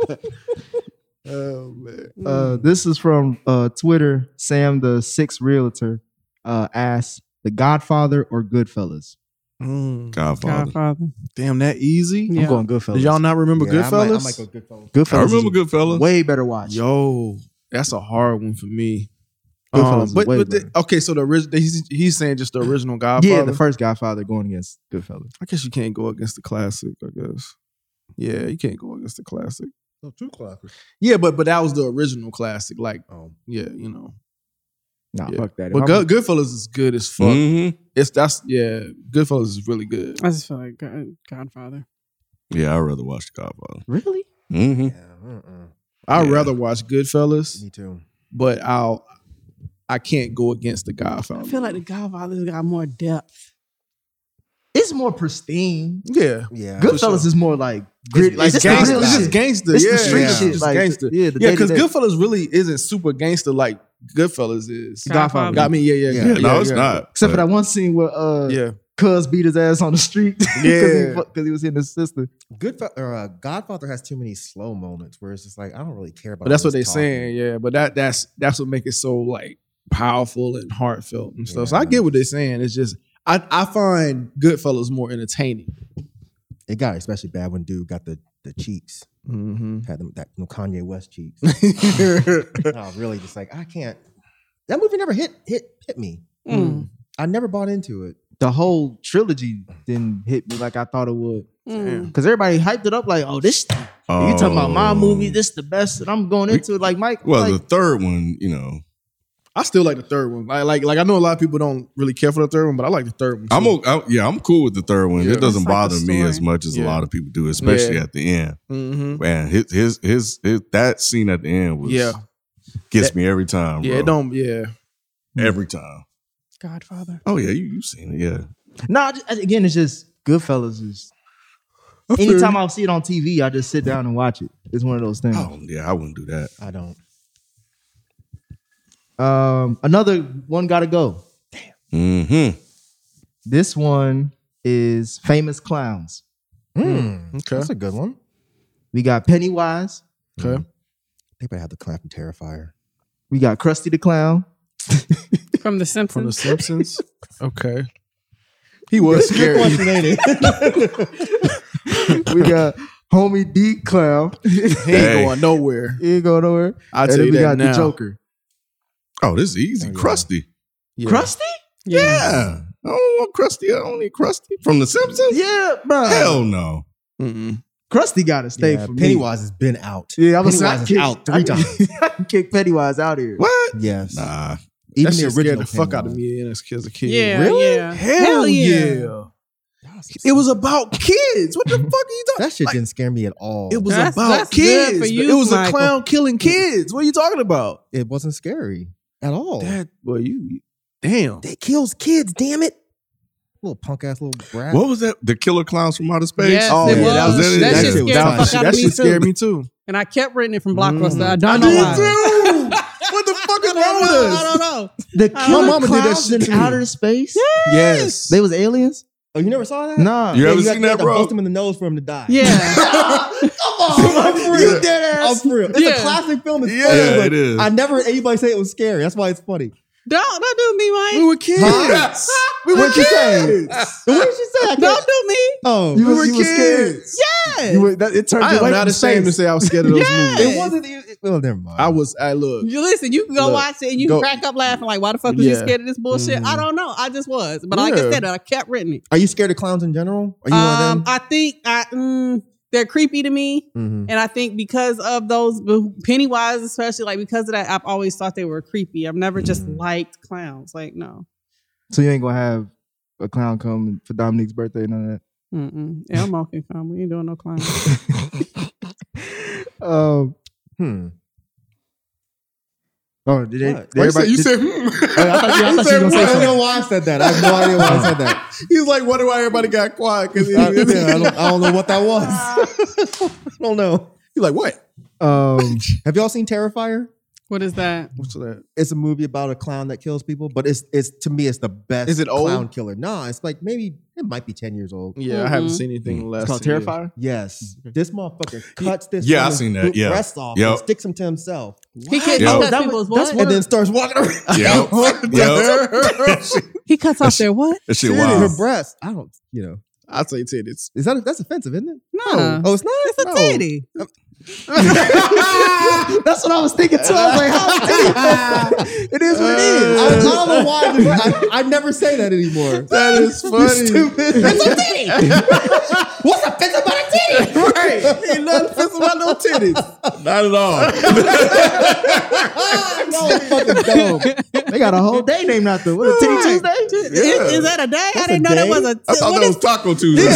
Speaker 5: face.
Speaker 1: Oh man,
Speaker 3: Mm.
Speaker 2: Uh, this is from uh, Twitter. Sam, the sixth realtor, uh, asks The Godfather or Goodfellas?
Speaker 1: Mm.
Speaker 4: Godfather.
Speaker 3: Godfather.
Speaker 1: damn, that easy.
Speaker 3: Yeah.
Speaker 2: I'm going Goodfellas.
Speaker 1: Did y'all not remember
Speaker 5: Yeah, I might-
Speaker 1: Goodfellas?
Speaker 5: I might go Goodfellas.
Speaker 2: Goodfellas.
Speaker 4: I remember
Speaker 2: is
Speaker 4: Goodfellas.
Speaker 2: Way better watch.
Speaker 1: Yo, that's a hard one for me.
Speaker 2: Goodfellas
Speaker 1: Um,
Speaker 2: is
Speaker 1: but
Speaker 2: way
Speaker 1: but the,
Speaker 2: better.
Speaker 1: okay, so the original he's, he's saying just the original Godfather.
Speaker 2: yeah, the first Godfather going against Goodfellas.
Speaker 1: I guess you can't go against the classic. I guess. Yeah, you can't go against the classic.
Speaker 5: Oh, two clappers.
Speaker 1: Yeah, but but that was the original classic. Like,
Speaker 5: Oh.
Speaker 1: yeah, you know.
Speaker 2: Nah,
Speaker 1: Yeah.
Speaker 2: fuck that. If
Speaker 1: But
Speaker 2: I'm- Mm-hmm.
Speaker 1: Good, Goodfellas is good as fuck.
Speaker 4: Mhm.
Speaker 1: It's that's yeah. Goodfellas is really good.
Speaker 3: I just feel like God- Godfather.
Speaker 4: Yeah, I'd rather watch The Godfather.
Speaker 2: Really?
Speaker 4: Mm-hmm.
Speaker 5: Yeah, uh-uh.
Speaker 1: I'd
Speaker 4: Yeah.
Speaker 1: rather watch Goodfellas,
Speaker 2: Mm-hmm.
Speaker 5: Me too.
Speaker 1: but I'll I can't go against the Godfather.
Speaker 3: I feel like the Godfather's got more depth.
Speaker 2: it's more pristine.
Speaker 1: Yeah.
Speaker 5: Yeah.
Speaker 2: Goodfellas is more like gritty. Like
Speaker 1: It's,
Speaker 2: the
Speaker 1: gangster.
Speaker 2: real
Speaker 1: It's just
Speaker 2: shit.
Speaker 1: gangster.
Speaker 2: It's
Speaker 1: yeah,
Speaker 2: the street
Speaker 1: yeah.
Speaker 2: shit.
Speaker 1: Just
Speaker 2: Like,
Speaker 1: gangster.
Speaker 2: Yeah, the
Speaker 1: Yeah, because
Speaker 2: day-to-day.
Speaker 1: Goodfellas really isn't super gangster like Goodfellas is.
Speaker 3: Godfather.
Speaker 1: Got me. Yeah, yeah, yeah.
Speaker 4: Yeah,
Speaker 1: yeah,
Speaker 4: no,
Speaker 1: yeah,
Speaker 4: it's not.
Speaker 2: Except for
Speaker 4: But
Speaker 2: that one scene where uh
Speaker 1: Yeah.
Speaker 2: Cuz beat his ass on the street
Speaker 1: Yeah.
Speaker 2: because he, was hitting his sister.
Speaker 5: Good or, uh, Godfather has too many slow moments where it's just like I don't really care about.
Speaker 1: But that's what
Speaker 5: who's
Speaker 1: they're
Speaker 5: talking.
Speaker 1: saying. Yeah. But that that's that's what makes it so like powerful and heartfelt and stuff. So I
Speaker 5: Yeah.
Speaker 1: get what they're saying. It's just I, I find Goodfellas more entertaining.
Speaker 5: It got especially bad when dude got the the cheeks
Speaker 2: Mm-hmm.
Speaker 5: had them that them Kanye West cheeks. I was really just like I can't. That movie never hit hit hit me.
Speaker 3: Mm.
Speaker 5: I never bought into it.
Speaker 2: The whole trilogy didn't hit me like I thought it would.
Speaker 3: Mm.
Speaker 2: Cause everybody hyped it up like, oh, this you talking about my
Speaker 5: Oh.
Speaker 2: movie, this the best, and I'm going into it like Mike.
Speaker 4: um, Well,
Speaker 2: like,
Speaker 4: the third one, you know,
Speaker 1: I still like the third one. I like like I know a lot of people don't really care for the third one, but I like the third one.
Speaker 4: I'm
Speaker 1: too.
Speaker 4: o- I, yeah, I'm cool with the third one.
Speaker 1: Yeah.
Speaker 4: It doesn't
Speaker 3: It's like the
Speaker 4: bother me as
Speaker 3: story.
Speaker 4: much as
Speaker 1: Yeah.
Speaker 4: a lot of people do, especially
Speaker 1: Yeah.
Speaker 4: at the end.
Speaker 1: Mhm.
Speaker 4: Man, his, his his his that scene at the end was
Speaker 1: Yeah.
Speaker 4: gets
Speaker 1: That-
Speaker 4: me every time.
Speaker 1: Yeah, it
Speaker 4: bro.
Speaker 1: don't yeah.
Speaker 4: every time.
Speaker 3: Godfather.
Speaker 4: Oh yeah, you you seen it? Yeah,
Speaker 2: nah, I ju- again, it's just Goodfellas is anytime I see it on TV, I just sit down and watch it. It's one of those things.
Speaker 4: oh yeah, I wouldn't do that.
Speaker 5: I don't.
Speaker 2: Um, another one gotta go.
Speaker 4: Mm-hmm.
Speaker 2: This one is famous clowns.
Speaker 5: Mm,
Speaker 1: Okay.
Speaker 5: That's a good one.
Speaker 2: We got Pennywise.
Speaker 1: Okay.
Speaker 5: They better have the clown from Terrifier.
Speaker 2: We got Krusty the Clown.
Speaker 3: From The Simpsons.
Speaker 1: From The Simpsons. okay. He was scary.
Speaker 2: We got Homie D Clown.
Speaker 1: He ain't
Speaker 4: Hey.
Speaker 1: going nowhere.
Speaker 2: he ain't going nowhere.
Speaker 1: I
Speaker 2: And
Speaker 1: tell
Speaker 2: then
Speaker 1: you
Speaker 2: we
Speaker 1: that
Speaker 2: got
Speaker 1: now.
Speaker 2: the Joker.
Speaker 4: Oh, this is easy.
Speaker 5: Oh, yeah.
Speaker 4: Krusty.
Speaker 1: Yeah.
Speaker 2: Krusty?
Speaker 3: Yeah.
Speaker 4: Yeah, I don't want Krusty. I don't need Krusty from The Simpsons.
Speaker 2: Yeah, bro.
Speaker 4: Hell no.
Speaker 1: Mm-mm.
Speaker 2: Krusty gotta stay
Speaker 5: Yeah,
Speaker 2: for me.
Speaker 5: Pennywise has been out.
Speaker 2: Yeah, I was
Speaker 5: Pennywise is
Speaker 2: kick-
Speaker 5: out three times.
Speaker 2: I can kick Pennywise out here.
Speaker 4: What?
Speaker 5: Yes.
Speaker 4: Nah.
Speaker 1: That
Speaker 5: Even
Speaker 1: shit
Speaker 5: the
Speaker 1: scared
Speaker 5: original
Speaker 1: the fuck out of
Speaker 5: Pennywise.
Speaker 1: me as as a kid.
Speaker 3: Yeah. yeah.
Speaker 1: Hell, yeah. It was about kids. What the fuck are you talking?
Speaker 5: That shit didn't scare me at all.
Speaker 1: It was
Speaker 3: Mm-hmm. That's-
Speaker 1: about
Speaker 3: that's good
Speaker 1: kids.
Speaker 3: for
Speaker 1: but
Speaker 3: you,
Speaker 1: it was a
Speaker 3: Michael.
Speaker 1: clown killing kids. What are you talking about?
Speaker 5: it wasn't scary at all.
Speaker 1: That well, you damn.
Speaker 5: That kills kids, damn it. Little punk ass little brat.
Speaker 4: What was that? The Killer Clowns from Outer Space.
Speaker 3: Yes,
Speaker 1: Oh,
Speaker 3: it
Speaker 1: yeah, that
Speaker 3: was.
Speaker 1: was
Speaker 3: That,
Speaker 4: it. That
Speaker 3: shit
Speaker 4: shit
Speaker 3: scared the
Speaker 4: was
Speaker 1: That
Speaker 3: fuck out
Speaker 1: shit,
Speaker 3: of
Speaker 1: that
Speaker 3: me
Speaker 1: shit scared
Speaker 3: too.
Speaker 1: me too.
Speaker 3: And I kept renting it from Blockbuster. I
Speaker 1: I
Speaker 3: don't know
Speaker 1: did
Speaker 3: why.
Speaker 1: too. What the fuck is
Speaker 3: I don't
Speaker 1: wrong with
Speaker 3: know. I
Speaker 1: us?
Speaker 3: don't know.
Speaker 2: The
Speaker 3: My
Speaker 2: killer
Speaker 1: mama did that
Speaker 2: clowns
Speaker 1: shit
Speaker 2: in
Speaker 1: to me.
Speaker 2: outer space.
Speaker 1: Yes.
Speaker 2: They was aliens?
Speaker 5: Oh, you never saw that?
Speaker 2: Nah.
Speaker 4: You
Speaker 5: Yeah,
Speaker 4: ever
Speaker 5: had-
Speaker 4: seen
Speaker 5: you
Speaker 4: that,
Speaker 5: had to
Speaker 4: bro?
Speaker 5: Bust him in the nose for him to die.
Speaker 3: Yeah.
Speaker 5: you dead ass. I'm for real. It's
Speaker 3: Yeah.
Speaker 5: a classic film. It's
Speaker 4: Yeah,
Speaker 5: funny, but
Speaker 4: it is.
Speaker 5: I never heard anybody say it was scary. That's why it's funny.
Speaker 3: don't don't do me, Mike.
Speaker 1: we were kids. We were
Speaker 5: What'd you say?
Speaker 1: kids.
Speaker 5: What did she say? I
Speaker 3: don't
Speaker 5: can't.
Speaker 3: do me.
Speaker 5: Oh,
Speaker 2: You
Speaker 1: We
Speaker 2: was-
Speaker 1: were
Speaker 2: you was scared.
Speaker 1: kids.
Speaker 3: Yeah.
Speaker 2: You were- that- it turned
Speaker 1: I
Speaker 2: you
Speaker 1: am
Speaker 2: away
Speaker 1: not
Speaker 2: from
Speaker 1: ashamed to
Speaker 2: space.
Speaker 1: say I was scared of those
Speaker 3: Yeah.
Speaker 1: movies.
Speaker 5: it wasn't. It, it- well, never mind.
Speaker 1: I was. I look.
Speaker 3: You listen, you can go
Speaker 1: Look,
Speaker 3: watch it and you
Speaker 1: go-
Speaker 3: crack up laughing like, why the fuck was you
Speaker 1: Yeah.
Speaker 3: scared of this bullshit? I
Speaker 2: Mm-hmm.
Speaker 1: Mhm.
Speaker 3: don't know. I just was. But like I
Speaker 1: Yeah.
Speaker 3: said, I kept renting it.
Speaker 5: Are you scared of clowns in general? Are you
Speaker 3: Um,
Speaker 5: one of
Speaker 3: I think I mm, they're creepy to me.
Speaker 5: them?
Speaker 3: And I think because of those Pennywise, especially like because of that, I've always thought they were creepy. I've never just
Speaker 2: Mm-hmm.
Speaker 5: Mm.
Speaker 3: liked clowns. Like no,
Speaker 2: So you ain't gonna have a clown come for Dominique's birthday and all
Speaker 3: Mm-mm. Elmo can come. We ain't doing no clowns.
Speaker 2: that. Um,
Speaker 5: Hmm.
Speaker 2: oh, did they?
Speaker 5: What?
Speaker 2: Did everybody, did-
Speaker 4: hmm.
Speaker 2: I thought, yeah, I thought you were
Speaker 5: I
Speaker 2: gonna say
Speaker 5: don't know
Speaker 2: something.
Speaker 5: why I said that. I have no idea why I said that.
Speaker 1: He's like, wonder why everybody got quiet? Because
Speaker 5: I, yeah, I don't, I don't know what that was. I don't know.
Speaker 1: he's like, what?
Speaker 2: Um,
Speaker 5: Have y'all seen Terrifier?
Speaker 3: what is that?
Speaker 1: What's that?
Speaker 3: Mm-hmm.
Speaker 5: It's a movie about a clown that kills people, but it's it's to me it's the best.
Speaker 1: Is it old?
Speaker 5: clown killer? Nah, it's like maybe it might be ten years old.
Speaker 1: Yeah, I haven't
Speaker 3: Mhm.
Speaker 1: seen anything in the last.
Speaker 2: it's called
Speaker 1: 10 years.
Speaker 2: Terrifier.
Speaker 5: Yes,
Speaker 2: Mm,
Speaker 5: this motherfucker cuts this.
Speaker 4: Yeah, I
Speaker 5: woman's
Speaker 4: seen that,
Speaker 5: boot
Speaker 4: yeah.
Speaker 5: breast off
Speaker 4: Yep.
Speaker 5: and sticks him to himself,
Speaker 3: He cuts
Speaker 4: Yeah.
Speaker 3: off
Speaker 4: Oh,
Speaker 3: that
Speaker 2: that
Speaker 3: people's
Speaker 2: was- that's
Speaker 3: what?
Speaker 2: one
Speaker 5: and then starts walking around.
Speaker 4: Yep. Yep. That shit-
Speaker 3: he cuts off their what?
Speaker 4: that shit
Speaker 5: Dude,
Speaker 4: wild.
Speaker 5: Her breast. I don't. You know,
Speaker 1: I'll say titties.
Speaker 5: is that that's offensive, isn't it?
Speaker 3: No,
Speaker 5: Oh, it's not.
Speaker 3: it's a
Speaker 5: No.
Speaker 3: titty.
Speaker 2: That's what I was thinking too. I was like, how did you- it is what it is.
Speaker 5: I, I don't know why. the bre- I, I never say that anymore.
Speaker 1: That is funny.
Speaker 5: Stupid. What's offensive about a titty?
Speaker 1: right. Ain't nothing offensive about no titties.
Speaker 4: Not at all.
Speaker 5: No, fucking dumb.
Speaker 2: they got a whole day named after. What a titty Tuesday.
Speaker 3: Is, is that a day? I didn't
Speaker 5: a
Speaker 3: know that
Speaker 5: day.
Speaker 3: was a. T-
Speaker 4: I thought
Speaker 3: what
Speaker 4: that was
Speaker 3: is-
Speaker 4: Taco Tuesday.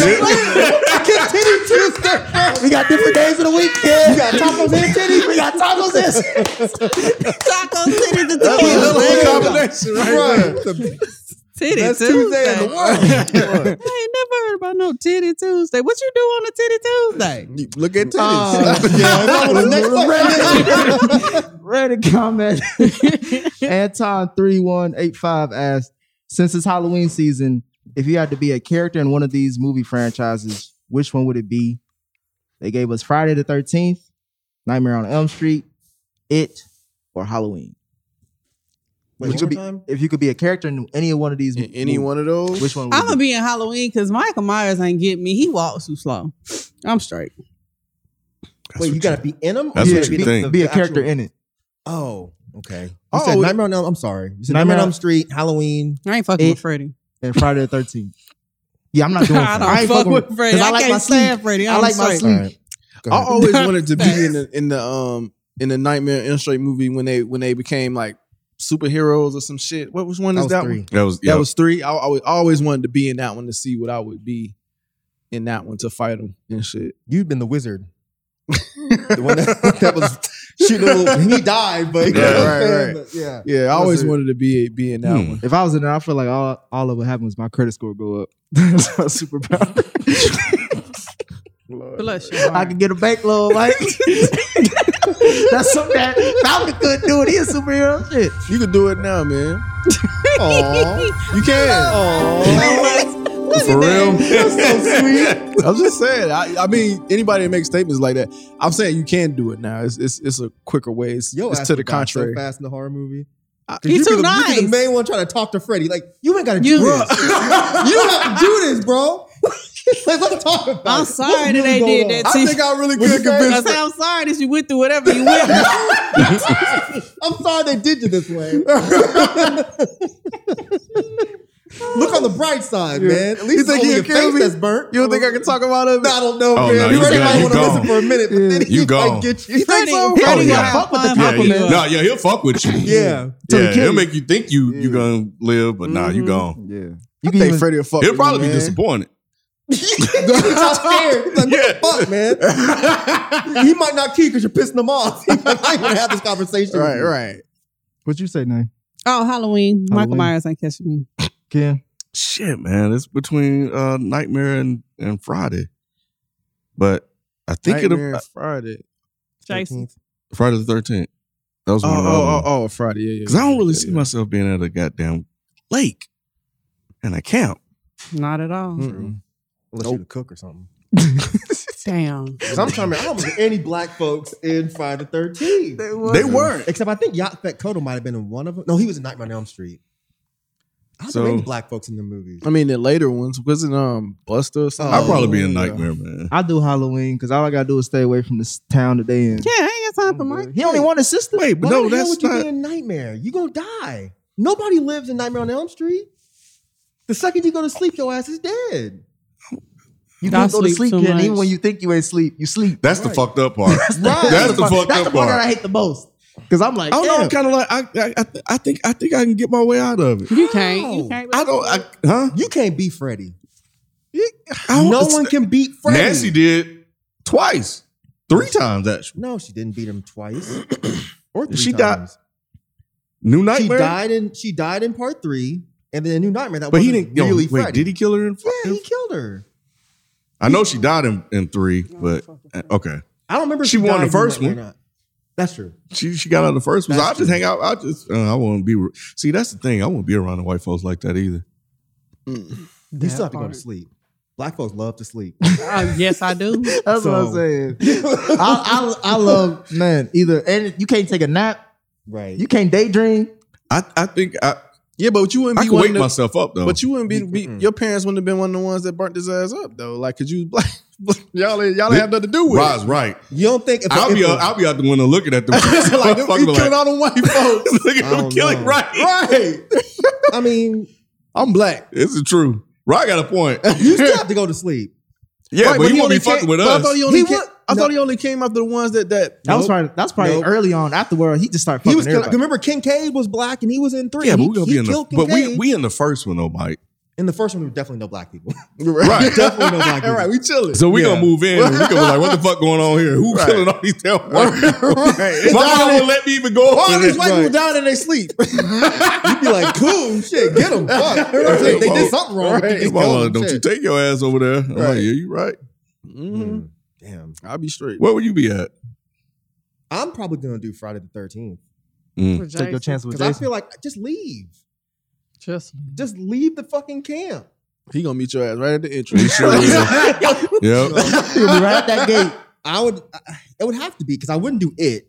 Speaker 5: Titty Tuesday.
Speaker 2: We got different days of the week. Yeah.
Speaker 5: You got tacos and titty. We got tacos and
Speaker 3: Taco titties and
Speaker 1: That's
Speaker 3: tequila.
Speaker 1: a combination right
Speaker 5: Right.
Speaker 1: there.
Speaker 3: Titty
Speaker 5: That's
Speaker 3: Tuesday.
Speaker 5: Tuesday in the world.
Speaker 3: I ain't never everybody know Titty Tuesday. What you do on a Titty Tuesday?
Speaker 1: You Look at titties.
Speaker 2: Reddit comment. Anton3185 asked, since it's Halloween season, if you had to be a character in one of these movie franchises, which one would it be? They gave us Friday the 13th, Nightmare on Elm Street, It, or Halloween.
Speaker 5: Wait,
Speaker 2: Which
Speaker 5: one
Speaker 2: would
Speaker 5: more
Speaker 2: be-
Speaker 5: time?
Speaker 2: if you could be a character in any one of these
Speaker 1: In any one of those?
Speaker 2: which one would it
Speaker 3: I'm gonna be in Halloween because Michael Myers ain't get me. He walks too slow. I'm straight.
Speaker 4: That's
Speaker 5: Wait,
Speaker 4: what
Speaker 5: you gotta be in them.
Speaker 4: That's
Speaker 2: Yeah,
Speaker 4: what you
Speaker 2: be-
Speaker 4: think.
Speaker 2: be a character in it.
Speaker 5: Oh, okay. You
Speaker 1: Oh,
Speaker 5: said
Speaker 1: it-
Speaker 5: Nightmare on Elm. I'm sorry. You said
Speaker 2: Nightmare
Speaker 5: Nightmare on
Speaker 2: on-
Speaker 5: Elm Street, Halloween.
Speaker 3: I ain't fucking
Speaker 2: It-
Speaker 3: with Freddy.
Speaker 2: And Friday the 13th. Yeah, I'm not doing
Speaker 3: I
Speaker 2: that.
Speaker 3: don't
Speaker 2: I ain't
Speaker 3: fuck
Speaker 2: fucking-
Speaker 3: with Freddy.
Speaker 5: 'cause
Speaker 3: I,
Speaker 5: I like my
Speaker 3: can't stand
Speaker 5: sleep.
Speaker 3: Freddy.
Speaker 5: I
Speaker 3: I'm
Speaker 5: like my
Speaker 3: straight.
Speaker 5: sleep. Go
Speaker 1: I
Speaker 2: Uh-huh.
Speaker 5: ahead.
Speaker 1: always wanted to be in the in the um in the Nightmare on Elm Street movie when they when they became like superheroes or some shit. What was one
Speaker 5: That
Speaker 1: is
Speaker 5: was
Speaker 1: that
Speaker 5: three.
Speaker 1: one?
Speaker 4: That was
Speaker 1: That was three. I, I always- always wanted to be in that one to see what I would be in that one to fight them and shit.
Speaker 5: You've been the wizard. the one that, that was shooting a little, he died, but
Speaker 4: Yeah,
Speaker 2: right, right.
Speaker 5: yeah.
Speaker 1: Yeah, I
Speaker 2: was
Speaker 1: always
Speaker 2: it?
Speaker 1: wanted to be be in that
Speaker 4: Hmm.
Speaker 1: one.
Speaker 2: If I was in there, I feel like all all that would happen was my credit score go up. That's my superpower.
Speaker 3: Bless you.
Speaker 2: I could get a bank loan, like that's something that Falcon could do. It is superhero shit.
Speaker 1: You could do it now, man.
Speaker 5: Aw.
Speaker 1: You can.
Speaker 2: Oh
Speaker 4: for real.
Speaker 1: I'm just saying. I, I mean, anybody that makes statements like that, I'm saying you can do it now. It's it's, it's a quicker way. It's,
Speaker 5: Yo,
Speaker 1: it's to the contrary.
Speaker 5: So fast in the horror movie.
Speaker 3: He
Speaker 5: You
Speaker 3: too
Speaker 5: be the- you be
Speaker 3: nice.
Speaker 5: the main one trying to talk to Freddy. Like, you ain't gotta
Speaker 3: You-
Speaker 5: do this. you don't have to do this, bro. like, let's talk about
Speaker 3: I'm
Speaker 5: it.
Speaker 3: sorry
Speaker 5: What's
Speaker 3: that
Speaker 5: really
Speaker 3: they
Speaker 5: going
Speaker 3: did
Speaker 5: on?
Speaker 3: that to
Speaker 5: I think
Speaker 3: you.
Speaker 5: I really could
Speaker 3: I
Speaker 5: convince
Speaker 3: say, I'm sorry that you went through whatever you went through.
Speaker 5: I'm sorry they did you this way. Look on the bright side, man. At least
Speaker 1: You think
Speaker 5: it's only
Speaker 1: he'll
Speaker 5: your
Speaker 1: kill
Speaker 5: face
Speaker 1: me?
Speaker 5: that's burnt.
Speaker 1: You don't think I can talk about it?
Speaker 5: I don't know,
Speaker 4: Oh,
Speaker 5: man.
Speaker 4: no,
Speaker 5: you
Speaker 4: you
Speaker 5: really
Speaker 4: gone.
Speaker 5: might
Speaker 4: You
Speaker 5: want to
Speaker 4: gone.
Speaker 5: listen for a minute, but then he
Speaker 4: You
Speaker 5: might
Speaker 4: gone.
Speaker 5: get you.
Speaker 3: Freddy,
Speaker 4: Oh,
Speaker 3: Freddy
Speaker 4: yeah.
Speaker 3: gonna fuck with the
Speaker 4: Yeah,
Speaker 3: compliment.
Speaker 4: yeah. Nah, yeah, he'll fuck with you.
Speaker 5: Yeah.
Speaker 2: Till he
Speaker 4: yeah,
Speaker 2: kill
Speaker 4: he'll
Speaker 2: you.
Speaker 4: make you think you you
Speaker 2: Yeah.
Speaker 4: gonna live, but nah, you
Speaker 3: Mhm.
Speaker 4: gone.
Speaker 2: Yeah, you
Speaker 1: You
Speaker 2: can
Speaker 1: think
Speaker 2: even,
Speaker 1: Freddie will fuck?
Speaker 4: He'll
Speaker 1: with
Speaker 4: probably
Speaker 1: you,
Speaker 4: be
Speaker 1: man.
Speaker 4: disappointed.
Speaker 5: He's all scared. He's like, what
Speaker 4: Yeah.
Speaker 5: the fuck, man? he might not keep because you're pissing him off. He might not even have this conversation. with
Speaker 1: Right,
Speaker 5: you.
Speaker 1: right.
Speaker 2: what you say, Nay?
Speaker 3: Oh, Halloween. Michael
Speaker 2: Halloween.
Speaker 3: Myers ain't catching me.
Speaker 2: Ken,
Speaker 4: Shit, man, it's between uh, Nightmare and, and Friday, but I think
Speaker 1: Nightmare
Speaker 4: it'll
Speaker 1: Friday.
Speaker 3: Jason.
Speaker 4: Friday the Thirteenth. That was
Speaker 1: Oh,
Speaker 4: one of the other
Speaker 1: oh,
Speaker 4: ones.
Speaker 1: oh, oh, Friday. Yeah, yeah.
Speaker 4: Because I don't really
Speaker 1: yeah,
Speaker 4: see
Speaker 1: yeah.
Speaker 4: myself being at a goddamn lake. And I can't.
Speaker 3: Not at all.
Speaker 1: Mm-mm.
Speaker 5: Unless you're the cook or something.
Speaker 3: Damn.
Speaker 5: Because I'm trying to remember, I don't remember any black folks in Friday the 13th.
Speaker 4: They weren't.
Speaker 5: Except I think Yacht Fett Koto might have been in one of them. No, he was in Nightmare on Elm Street. I don't
Speaker 4: So-
Speaker 5: know any black folks in the movie.
Speaker 1: I mean, the later ones wasn't um Buster. Or something?
Speaker 4: I'd probably be a
Speaker 1: Yeah.
Speaker 4: nightmare, man.
Speaker 2: Oh, I do Halloween because all I gotta do is stay away from this town that they in.
Speaker 3: Yeah, I ain't got time for Mike.
Speaker 2: He only want his sister.
Speaker 4: Wait, but
Speaker 5: Why
Speaker 4: no,
Speaker 5: the hell
Speaker 4: that's
Speaker 5: would you
Speaker 4: not.
Speaker 5: be in Nightmare? You gonna die. Nobody lives in Nightmare on Elm Street. The second you go to sleep, your ass is dead.
Speaker 2: You
Speaker 3: I
Speaker 2: can't go to
Speaker 3: sleep
Speaker 2: sleep,
Speaker 3: too
Speaker 2: Ken.
Speaker 3: much.
Speaker 2: Even when you think you ain't sleep, you sleep.
Speaker 4: That's the
Speaker 5: Right.
Speaker 4: fucked up part. that's
Speaker 5: Right.
Speaker 4: the fucked
Speaker 2: that's
Speaker 4: up
Speaker 2: the part that I
Speaker 4: part. Oh,
Speaker 2: hate the most. Because I'm like,
Speaker 3: Oh.
Speaker 4: I don't know.
Speaker 2: damn.
Speaker 4: I'm kind of like I, I, I, th- I think I think I can get my way out of it.
Speaker 3: You can't. You
Speaker 5: No.
Speaker 3: can't.
Speaker 4: I don't. I, huh?
Speaker 5: You can't beat Freddy.
Speaker 4: I don't-
Speaker 5: no one can beat Freddy.
Speaker 4: Nancy did twice, three times actually.
Speaker 5: No, she didn't beat him twice. or three
Speaker 4: She died-
Speaker 5: times.
Speaker 4: New
Speaker 5: She
Speaker 4: nightmare.
Speaker 5: died in she died in part three, and then a new nightmare that
Speaker 4: but he
Speaker 5: wasn't
Speaker 4: didn't. yo,
Speaker 5: really
Speaker 4: wait,
Speaker 5: Freddy.
Speaker 4: did he kill her? In,
Speaker 5: Yeah,
Speaker 4: in-
Speaker 5: he killed her.
Speaker 4: I know she died in, in three, but eh, okay.
Speaker 5: I don't remember. if
Speaker 4: She won the
Speaker 5: died in
Speaker 4: first
Speaker 5: Nightmare
Speaker 4: one.
Speaker 5: Or not. That's true.
Speaker 4: She she got out of the first one. So
Speaker 5: That's
Speaker 4: I just
Speaker 5: true.
Speaker 4: hang out. I just uh, I won't be. See, that's the thing. I won't be around the white folks like that either.
Speaker 5: You still have to go
Speaker 3: part.
Speaker 5: to sleep. Black folks love to sleep.
Speaker 3: Uh, yes, I do.
Speaker 2: That's what I'm
Speaker 5: So-
Speaker 2: saying. I, I I love man. Either and you can't take a nap.
Speaker 5: right.
Speaker 2: You can't daydream.
Speaker 4: I I think I
Speaker 1: Yeah, but you wouldn't
Speaker 4: I
Speaker 1: be
Speaker 4: can
Speaker 1: one.
Speaker 4: wake
Speaker 1: of the-
Speaker 4: myself up though.
Speaker 1: But you wouldn't be, be
Speaker 5: Mm-mm.
Speaker 1: your parents wouldn't have been one of the ones that burnt his ass up though. Like, cause you black, y'all ain't- y'all ain't have nothing to do with.
Speaker 4: Rod's right.
Speaker 5: You don't think if
Speaker 4: I'll
Speaker 5: if
Speaker 4: be out, I'll be out the window looking at the
Speaker 1: like, he
Speaker 4: motherfucker
Speaker 1: killed
Speaker 4: like,
Speaker 1: all the white folks.
Speaker 4: look at
Speaker 5: I
Speaker 4: him
Speaker 5: don't
Speaker 4: killing
Speaker 5: know.
Speaker 4: Oh, right.
Speaker 1: right.
Speaker 5: I mean,
Speaker 1: I'm black.
Speaker 4: This is true. Rod got a point.
Speaker 5: you still have to go to sleep.
Speaker 4: Yeah,
Speaker 1: Right,
Speaker 4: but
Speaker 1: he
Speaker 4: he won't
Speaker 1: only
Speaker 4: be fucking
Speaker 1: came-
Speaker 4: with
Speaker 1: but I thought
Speaker 4: us.
Speaker 1: he only
Speaker 5: He
Speaker 1: came,
Speaker 5: would-
Speaker 1: I
Speaker 5: no.
Speaker 1: thought he only came after the ones that that.
Speaker 2: That was probably that's probably
Speaker 5: Nope.
Speaker 2: early on after world. He just started fucking
Speaker 5: He was kill-
Speaker 2: everybody.
Speaker 5: remember Kincaid was black and he was in three.
Speaker 4: Yeah, but
Speaker 5: He-
Speaker 4: we gonna
Speaker 5: he
Speaker 4: be in the
Speaker 5: killed
Speaker 4: but we
Speaker 5: Kincaid.
Speaker 4: we in the first one though, Mike.
Speaker 5: In the first one, there were definitely no black people.
Speaker 1: Right.
Speaker 5: definitely no black people.
Speaker 1: All right, we chilling.
Speaker 4: So we gonna
Speaker 5: Yeah.
Speaker 4: move in. and we gonna be like, what the fuck going on here? Who
Speaker 1: Right.
Speaker 4: killing all these damn white people?
Speaker 1: Right.
Speaker 4: My mom won't let me even go.
Speaker 5: All
Speaker 4: over there.
Speaker 5: these white people down in their sleep. You'd be like, cool, shit, get them. Fuck. You know what I'm saying? They did something wrong.
Speaker 1: Right.
Speaker 5: They just
Speaker 4: Mama,
Speaker 5: killed 'em,
Speaker 4: don't
Speaker 5: shit.
Speaker 4: you take your ass over there? I'm like,
Speaker 1: Right.
Speaker 4: yeah, you right.
Speaker 5: Mm-hmm.
Speaker 1: Mhm.
Speaker 5: Damn.
Speaker 1: I'll be straight.
Speaker 4: Where would you be at?
Speaker 5: I'm probably gonna do Friday the 13th
Speaker 4: Mm.
Speaker 2: Take your chance with
Speaker 5: because I
Speaker 2: Jason.
Speaker 5: feel like just leave,
Speaker 3: Just
Speaker 5: just leave the fucking camp.
Speaker 1: He gonna meet your ass right at the
Speaker 4: You
Speaker 1: entrance.
Speaker 4: sure will. Yep.
Speaker 5: You'll be right at that gate. I would. I, it would have to be because I wouldn't do it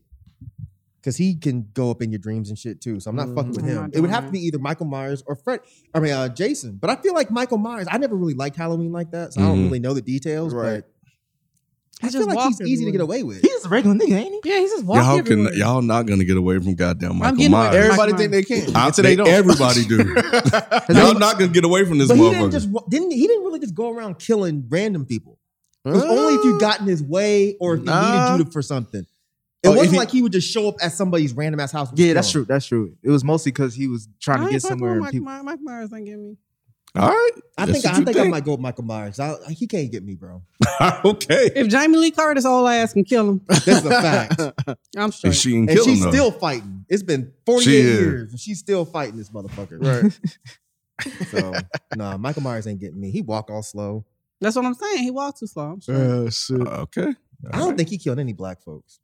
Speaker 5: because he can go up in your dreams and shit too. So I'm not fucking with
Speaker 3: I'm
Speaker 5: him.
Speaker 3: not
Speaker 5: It would
Speaker 3: doing
Speaker 5: have to
Speaker 3: it.
Speaker 5: be either Michael Myers or Fred. I mean uh, Jason. But I feel like Michael Myers. I never really liked Halloween like that, so I
Speaker 4: Mhm.
Speaker 5: don't really know the details.
Speaker 1: Right.
Speaker 5: But I
Speaker 3: He
Speaker 5: feel
Speaker 3: just
Speaker 5: like he's
Speaker 3: walked
Speaker 5: easy to get
Speaker 3: everywhere.
Speaker 5: away with.
Speaker 2: He's a regular nigga, ain't he?
Speaker 3: yeah, he's just walking.
Speaker 4: Y'all can
Speaker 3: everywhere.
Speaker 4: y'all not gonna get away from goddamn Michael
Speaker 3: getting away
Speaker 4: Myers.
Speaker 3: from Michael
Speaker 1: Everybody think they can.
Speaker 4: I,
Speaker 1: Until they don't.
Speaker 4: Everybody do. y'all not gonna get away from this
Speaker 5: But he didn't
Speaker 4: motherfucker.
Speaker 5: just wa- didn't he didn't really just go around killing random people. It was only if you got in his way or if
Speaker 1: Nah.
Speaker 5: he needed you to, for something. It
Speaker 1: Oh, if
Speaker 5: wasn't
Speaker 1: he-
Speaker 5: like he would just show up at somebody's random ass house. and
Speaker 2: Yeah,
Speaker 5: kill
Speaker 2: that's
Speaker 5: him.
Speaker 2: true. That's true. It was mostly because he was
Speaker 3: I
Speaker 2: trying to
Speaker 3: ain't
Speaker 2: get
Speaker 3: fucking
Speaker 2: somewhere.
Speaker 3: with
Speaker 2: And
Speaker 3: Mike,
Speaker 2: people,
Speaker 3: Mike, Mike Myers ain't get me.
Speaker 4: All right.
Speaker 5: I
Speaker 4: That's
Speaker 5: think I
Speaker 4: what you
Speaker 5: think, I might go with Michael Myers. I, he can't get me, bro.
Speaker 4: okay.
Speaker 3: If Jamie Lee Curtis, all I ask him, kill him.
Speaker 5: This is a fact. and
Speaker 3: I'm straight.
Speaker 4: And she ain't killing
Speaker 5: she's
Speaker 4: them.
Speaker 5: still fighting. It's been 48
Speaker 4: She is.
Speaker 5: years. And she's still fighting this motherfucker.
Speaker 1: Right.
Speaker 5: So nah, Michael Myers ain't getting me. He walk all slow.
Speaker 3: That's what I'm saying. He walked too slow. I'm straight.
Speaker 1: Uh, shit.
Speaker 4: okay.
Speaker 5: I don't think he killed any black folks.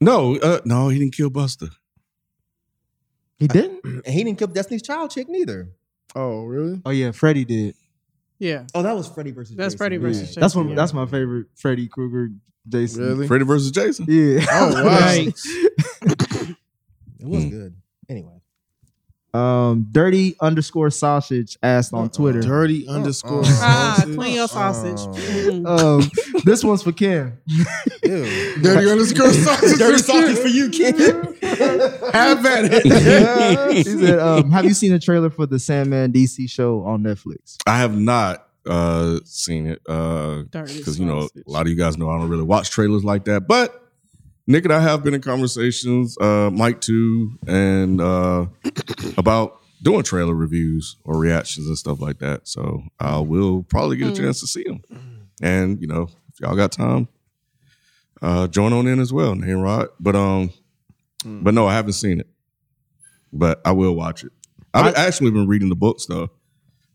Speaker 4: No, uh, no, he didn't kill Buster.
Speaker 2: he didn't.
Speaker 5: And he didn't kill Destiny's Child chick neither.
Speaker 1: Oh, really?
Speaker 2: Oh yeah, Freddy did.
Speaker 3: yeah,
Speaker 5: Oh, that was Freddy versus
Speaker 3: that's
Speaker 5: Jason.
Speaker 3: Freddy
Speaker 5: Yeah.
Speaker 3: versus.
Speaker 2: That's
Speaker 3: Jason.
Speaker 2: one. That's my favorite Freddy Krueger. Jason.
Speaker 1: Really?
Speaker 4: Freddy versus Jason.
Speaker 2: Yeah.
Speaker 1: Oh, wow.
Speaker 3: Right.
Speaker 5: It was
Speaker 4: Mm.
Speaker 5: good. Anyway.
Speaker 2: Um, dirty underscore sausage asked on
Speaker 5: Uh-uh.
Speaker 2: Twitter.
Speaker 1: Dirty underscore.
Speaker 3: Ah,
Speaker 1: sausage.
Speaker 3: clean your sausage.
Speaker 5: Oh.
Speaker 3: Mm-mm.
Speaker 2: Um, this one's for Kim.
Speaker 5: Ew.
Speaker 1: Dirty underscore sausage.
Speaker 5: Dirty sausage for you, kid.
Speaker 1: Have at it.
Speaker 2: she
Speaker 4: I
Speaker 2: said, um, "Have you seen a trailer for the Sandman DC show on Netflix?"
Speaker 4: have not uh, seen it Uh, because
Speaker 3: Dirty
Speaker 4: you know
Speaker 3: sausage.
Speaker 4: a lot of you guys know I don't really watch trailers like that. But Nick and I have been in conversations, uh, Mike too, and uh, about doing trailer reviews or reactions and stuff like that. So I will probably get a
Speaker 3: Mm.
Speaker 4: chance to see them. And you know, if y'all got time, uh, join on in as well, Name Rod. But um,
Speaker 1: Mm.
Speaker 4: but no, I haven't seen it. But I will watch it. I've actually been reading the books though.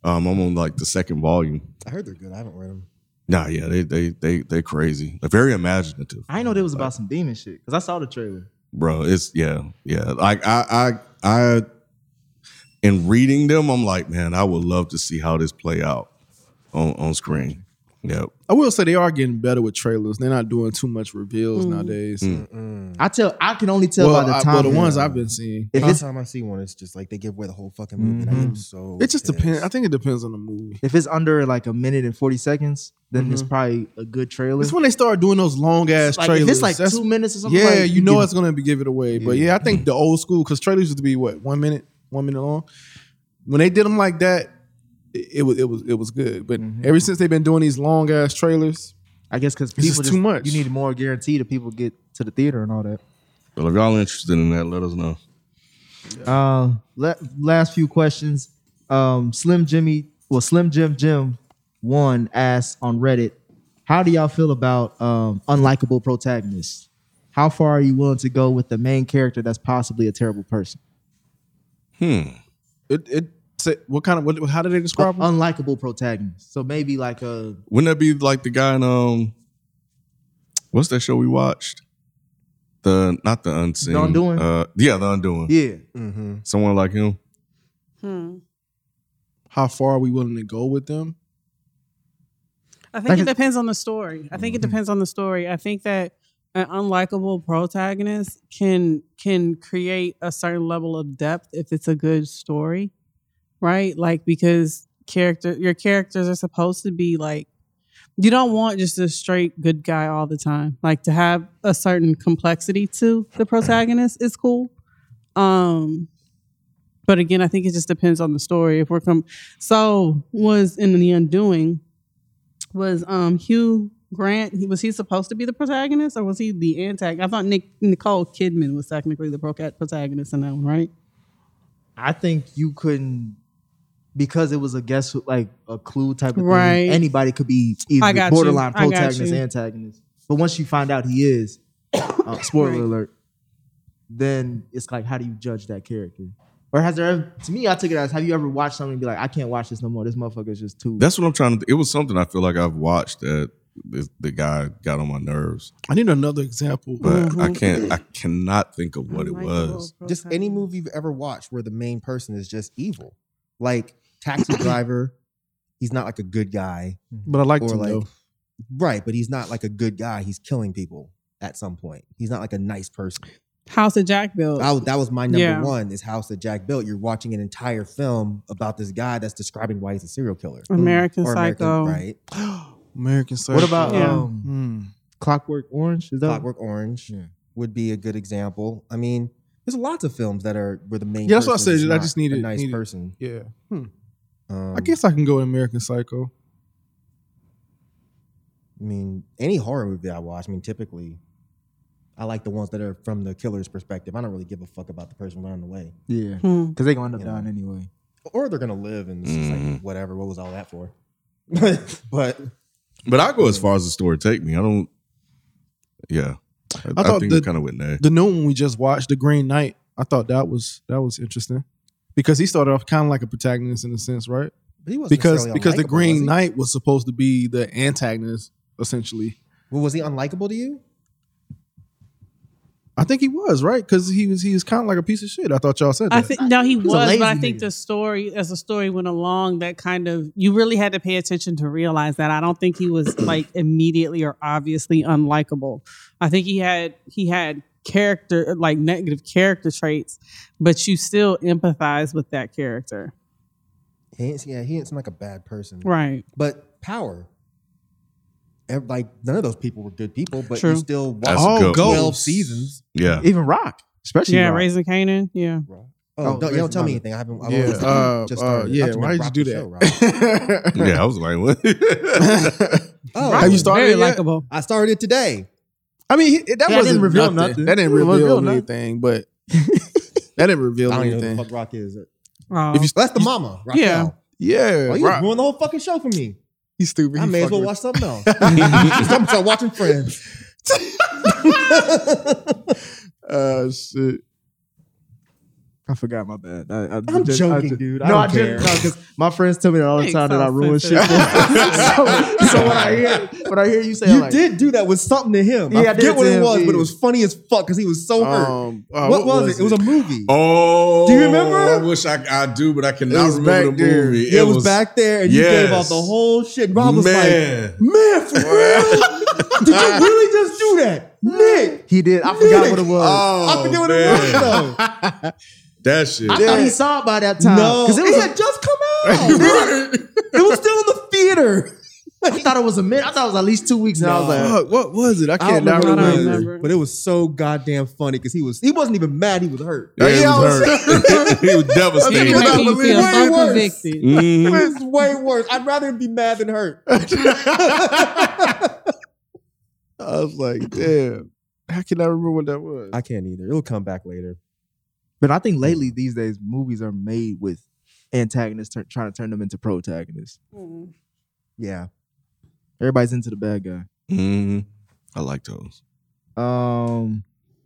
Speaker 4: Um, I'm on like the second volume.
Speaker 5: I heard they're good. I haven't read them.
Speaker 4: Nah, yeah, they they they they crazy. They're very imaginative,
Speaker 2: I didn't know it was about some demon shit because I saw the trailer.
Speaker 4: bro. It's yeah, yeah. Like I I I in reading them, I'm like, man, I would love to see how this play out on on screen. Yep.
Speaker 1: I will say they are getting better with trailers. They're not doing too much reveals
Speaker 3: Mhm.
Speaker 1: nowadays.
Speaker 4: Mm.
Speaker 2: I tell, I can only tell
Speaker 1: Well,
Speaker 2: by the
Speaker 1: I-
Speaker 2: time. um,
Speaker 1: well, the ones I've been seeing.
Speaker 2: if
Speaker 5: Every
Speaker 2: it's
Speaker 5: time I see one, it's just like they give away the whole fucking movie. And I am so.
Speaker 1: Mm-hmm. It just
Speaker 5: pissed.
Speaker 1: depends. I think it depends on the movie.
Speaker 2: if it's under like a minute and forty seconds, then it's
Speaker 1: Mhm.
Speaker 2: probably a good trailer.
Speaker 1: It's when they start doing those long ass
Speaker 2: Mm-hmm. like,
Speaker 1: trailers.
Speaker 2: if it's like
Speaker 1: That's-
Speaker 2: two minutes or something.
Speaker 1: yeah,
Speaker 2: like,
Speaker 1: you know
Speaker 2: can-
Speaker 1: it's gonna be give it away. But yeah, I think the old school because trailers used to be what one minute, one minute long. When they did them like that, it, it was it was it was good. But ever since they've been doing these long ass trailers,
Speaker 2: I guess because people
Speaker 1: just
Speaker 2: just
Speaker 1: too much.
Speaker 2: You need more guarantee that people get to the theater and all that.
Speaker 4: Well, if y'all interested in that, let us know.
Speaker 2: Uh, la- last few questions. Um, Slim Jimmy, well, Slim Jim Jim one asked on Reddit, how do y'all feel about um, unlikable protagonists? How far are you willing to go with the main character that's possibly a terrible person?
Speaker 4: Hmm.
Speaker 1: it it said- what kind of what, how do they
Speaker 2: A-
Speaker 1: describe them?
Speaker 2: unlikable protagonist. So maybe like uh, a
Speaker 4: Wouldn't that be like the guy in um what's that show we watched? The not the unseen.
Speaker 2: The Undoing?
Speaker 4: Uh yeah, the undoing.
Speaker 2: yeah.
Speaker 5: Mhm.
Speaker 4: Someone like him.
Speaker 3: Hmm.
Speaker 1: How far are we willing to go with them?
Speaker 3: I think
Speaker 2: Like
Speaker 3: it
Speaker 2: it's-
Speaker 3: depends on the story. I think it depends on the story. I think that an unlikable protagonist can can create a certain level of depth if it's a good story, right? Like because character your characters are supposed to be like you don't want just a straight good guy all the time. Like to have a certain complexity to the protagonist is cool. Um but again, I think it just depends on the story. If we're com- so was in the undoing, was um Hugh Grant. He, was he supposed to be the protagonist or was he the antagonist? I thought Nick, Nicole Kidman was technically the proca- protagonist in that one, right?
Speaker 2: I think you couldn't because it was a guess like a clue type of
Speaker 3: Right.
Speaker 2: thing. Anybody could be
Speaker 3: I
Speaker 2: either
Speaker 3: got
Speaker 2: borderline
Speaker 3: you. I got
Speaker 2: protagonist,
Speaker 3: you.
Speaker 2: antagonist. But once you find out he is, uh, spoiler
Speaker 3: Right.
Speaker 2: alert, then it's like, how do you judge that character? Or has there ever, to me, I took it as, have you ever watched something and be like, I can't watch this no more. This motherfucker is just too.
Speaker 4: That's what I'm trying to. It was something I feel like I've watched that the, the guy got on my nerves,
Speaker 1: I need another example.
Speaker 4: but I
Speaker 3: Mhm.
Speaker 4: can't. I cannot think of what it
Speaker 3: Michael
Speaker 4: was.
Speaker 5: Just any movie you've ever watched where the main person is just evil, like Taxi Driver. He's not like a good guy,
Speaker 1: But I like
Speaker 5: or
Speaker 1: to
Speaker 5: like
Speaker 1: know.
Speaker 5: right, but he's not like a good guy. He's killing people at some point. He's not like a nice person.
Speaker 3: House of Jack built.
Speaker 5: I, that was my number
Speaker 3: Yeah.
Speaker 5: one is House that Jack built. You're watching an entire film about this guy that's describing why he's a serial killer.
Speaker 3: American
Speaker 5: Or American,
Speaker 3: Psycho.
Speaker 5: right?
Speaker 1: American Psycho.
Speaker 2: what about
Speaker 3: Yeah.
Speaker 2: um,
Speaker 1: Hmm.
Speaker 2: Clockwork Orange? Is that
Speaker 5: Clockwork Orange
Speaker 2: Yeah.
Speaker 5: would be a good example. I mean, there's lots of films that are where the main.
Speaker 1: Yeah, that's what I
Speaker 5: person is
Speaker 1: said. I
Speaker 5: not
Speaker 1: just
Speaker 5: a
Speaker 1: needed-
Speaker 5: nice
Speaker 1: needed-
Speaker 5: person.
Speaker 1: Yeah. Hmm.
Speaker 5: Um,
Speaker 1: I guess I can go with American Psycho.
Speaker 5: I mean, any horror movie I watch, I mean, typically, I like the ones that are from the killer's perspective. I don't really give a fuck about the person running away,
Speaker 2: Yeah.
Speaker 3: Hmm.
Speaker 2: Because they're going to end
Speaker 5: You
Speaker 2: up dying
Speaker 5: know.
Speaker 2: anyway.
Speaker 5: or they're gonna live and it's just
Speaker 1: Mm.
Speaker 5: like whatever. What was all that for? but
Speaker 4: But I go as far as the story take me. I don't. Yeah, I, I
Speaker 1: thought
Speaker 4: think
Speaker 1: the-
Speaker 4: we kind of went there.
Speaker 1: The new one we just watched, The Green Knight. I thought that was that was interesting because he started off kind of like a protagonist in a sense, right?
Speaker 5: but he wasn't
Speaker 1: Because
Speaker 5: necessarily
Speaker 1: because the
Speaker 5: unlikable,
Speaker 1: Green
Speaker 5: was he?
Speaker 1: Knight was supposed to be the antagonist essentially.
Speaker 5: Well, was he unlikable to you?
Speaker 1: I think he was right because he was he was kind of like a piece of shit. I thought y'all said that.
Speaker 3: I think no, he
Speaker 2: a
Speaker 3: was,
Speaker 2: lazy
Speaker 3: but I think
Speaker 2: nigga.
Speaker 3: the story, as the story went along, that kind of you really had to pay attention to realize that. I don't think he was like immediately or obviously unlikable. I think he had he had character like negative character traits, but you still empathize with that character,
Speaker 5: He ain't, yeah, he didn't seem like a bad person.
Speaker 3: right?
Speaker 5: But power. Ev- Like none of those people were good people, but
Speaker 3: True.
Speaker 5: you still
Speaker 4: That's
Speaker 5: watch
Speaker 4: a
Speaker 1: Oh,
Speaker 4: good
Speaker 1: go.
Speaker 4: one.
Speaker 5: 12 seasons.
Speaker 4: Yeah,
Speaker 2: Even Rock, especially
Speaker 3: yeah,
Speaker 2: Rock.
Speaker 3: raising Canaan. Yeah,
Speaker 5: Oh,
Speaker 2: Oh,
Speaker 5: don't, you don't tell me
Speaker 2: Raising
Speaker 5: anything. I haven't. I've
Speaker 1: Yeah,
Speaker 5: always
Speaker 1: uh,
Speaker 5: just
Speaker 1: uh,
Speaker 5: started.
Speaker 1: yeah,
Speaker 5: I just
Speaker 1: why did you
Speaker 5: rock
Speaker 1: do
Speaker 5: the
Speaker 1: that?
Speaker 5: show, Rob.
Speaker 4: yeah. I was like, what?
Speaker 5: oh,
Speaker 1: Have you started
Speaker 3: very
Speaker 1: it yet?
Speaker 3: likable.
Speaker 5: I started it today.
Speaker 1: I mean, he- that
Speaker 2: didn't
Speaker 1: wasn't
Speaker 2: reveal
Speaker 1: nothing.
Speaker 2: nothing.
Speaker 1: That didn't
Speaker 2: It didn't
Speaker 1: reveal,
Speaker 2: reveal nothing.
Speaker 1: anything, but that didn't reveal
Speaker 5: I don't even know who
Speaker 1: anything.
Speaker 5: the fuck Rock is.
Speaker 3: Oh.
Speaker 1: If you-
Speaker 5: That's the mama. Raquel.
Speaker 3: Yeah.
Speaker 1: Yeah,
Speaker 5: Oh, you
Speaker 1: Rock-
Speaker 5: ruined the whole fucking show for me.
Speaker 1: he's stupid.
Speaker 5: I
Speaker 1: He
Speaker 5: may as
Speaker 1: fuck
Speaker 5: well
Speaker 1: with-
Speaker 5: watch something else. I'm start watching Friends.
Speaker 1: Uh, shit.
Speaker 2: I forgot my bad. I, I,
Speaker 5: I'm joking, dude. I
Speaker 2: no,
Speaker 5: don't
Speaker 2: I didn't.
Speaker 5: care.
Speaker 2: No, because my friends tell me that all the
Speaker 3: Hey,
Speaker 2: time that I
Speaker 3: sounds
Speaker 2: ruin shit. so,
Speaker 3: sensitive.
Speaker 2: so when I hear when I hear you say,
Speaker 5: You
Speaker 2: like,
Speaker 5: did do that with something to him.
Speaker 2: Yeah, I
Speaker 5: I
Speaker 2: did it
Speaker 5: forget what
Speaker 2: to
Speaker 5: it
Speaker 2: him,
Speaker 5: was,
Speaker 2: yeah.
Speaker 5: but it was funny as fuck because he was so hurt.
Speaker 1: Um, uh,
Speaker 5: what, was, it? It was a movie.
Speaker 4: oh,
Speaker 5: Do you remember?
Speaker 4: I wish I, I do, but I
Speaker 1: It
Speaker 4: cannot
Speaker 1: was
Speaker 4: remember
Speaker 1: back
Speaker 4: the
Speaker 1: there.
Speaker 4: movie.
Speaker 5: Yeah, it, was, back there, and you gave out
Speaker 4: Yes.
Speaker 5: the whole shit. Rob was
Speaker 4: man.
Speaker 5: like, "Man, for real? Did you really just do that, Nick?"
Speaker 2: he did. I forgot what it was.
Speaker 4: oh,
Speaker 5: I forget what
Speaker 4: man.
Speaker 5: it was though.
Speaker 4: That shit.
Speaker 2: I thought he saw it by that time.
Speaker 5: No,
Speaker 2: because it was.
Speaker 5: had just come out. it was still in the theater.
Speaker 2: A, I thought it was a minute. I thought it was at least two weeks, and I was like,
Speaker 1: Fuck, what was it? I
Speaker 5: I don't
Speaker 1: can't not
Speaker 3: I
Speaker 5: remember, what
Speaker 3: don't
Speaker 5: it was,
Speaker 1: remember.
Speaker 3: remember.
Speaker 5: but it was so goddamn funny because he was—he wasn't even mad; he was hurt.
Speaker 4: Yeah, he was hurt. he was
Speaker 3: It
Speaker 4: devastated.
Speaker 1: Think about
Speaker 3: made you
Speaker 1: it,
Speaker 3: feel
Speaker 5: way
Speaker 3: so
Speaker 5: worse.
Speaker 3: convicted.
Speaker 2: Mm-hmm.
Speaker 4: Mhm.
Speaker 5: It's way worse. I'd rather be mad than hurt.
Speaker 1: I was like, damn. How can I remember what that was?
Speaker 5: I can't either. It'll come back later.
Speaker 2: but I think lately these days movies are made with antagonists tur- trying to turn them into protagonists.
Speaker 3: Mm.
Speaker 5: Yeah,
Speaker 2: Everybody's into the bad guy.
Speaker 4: Mhm. I like those.
Speaker 2: Um,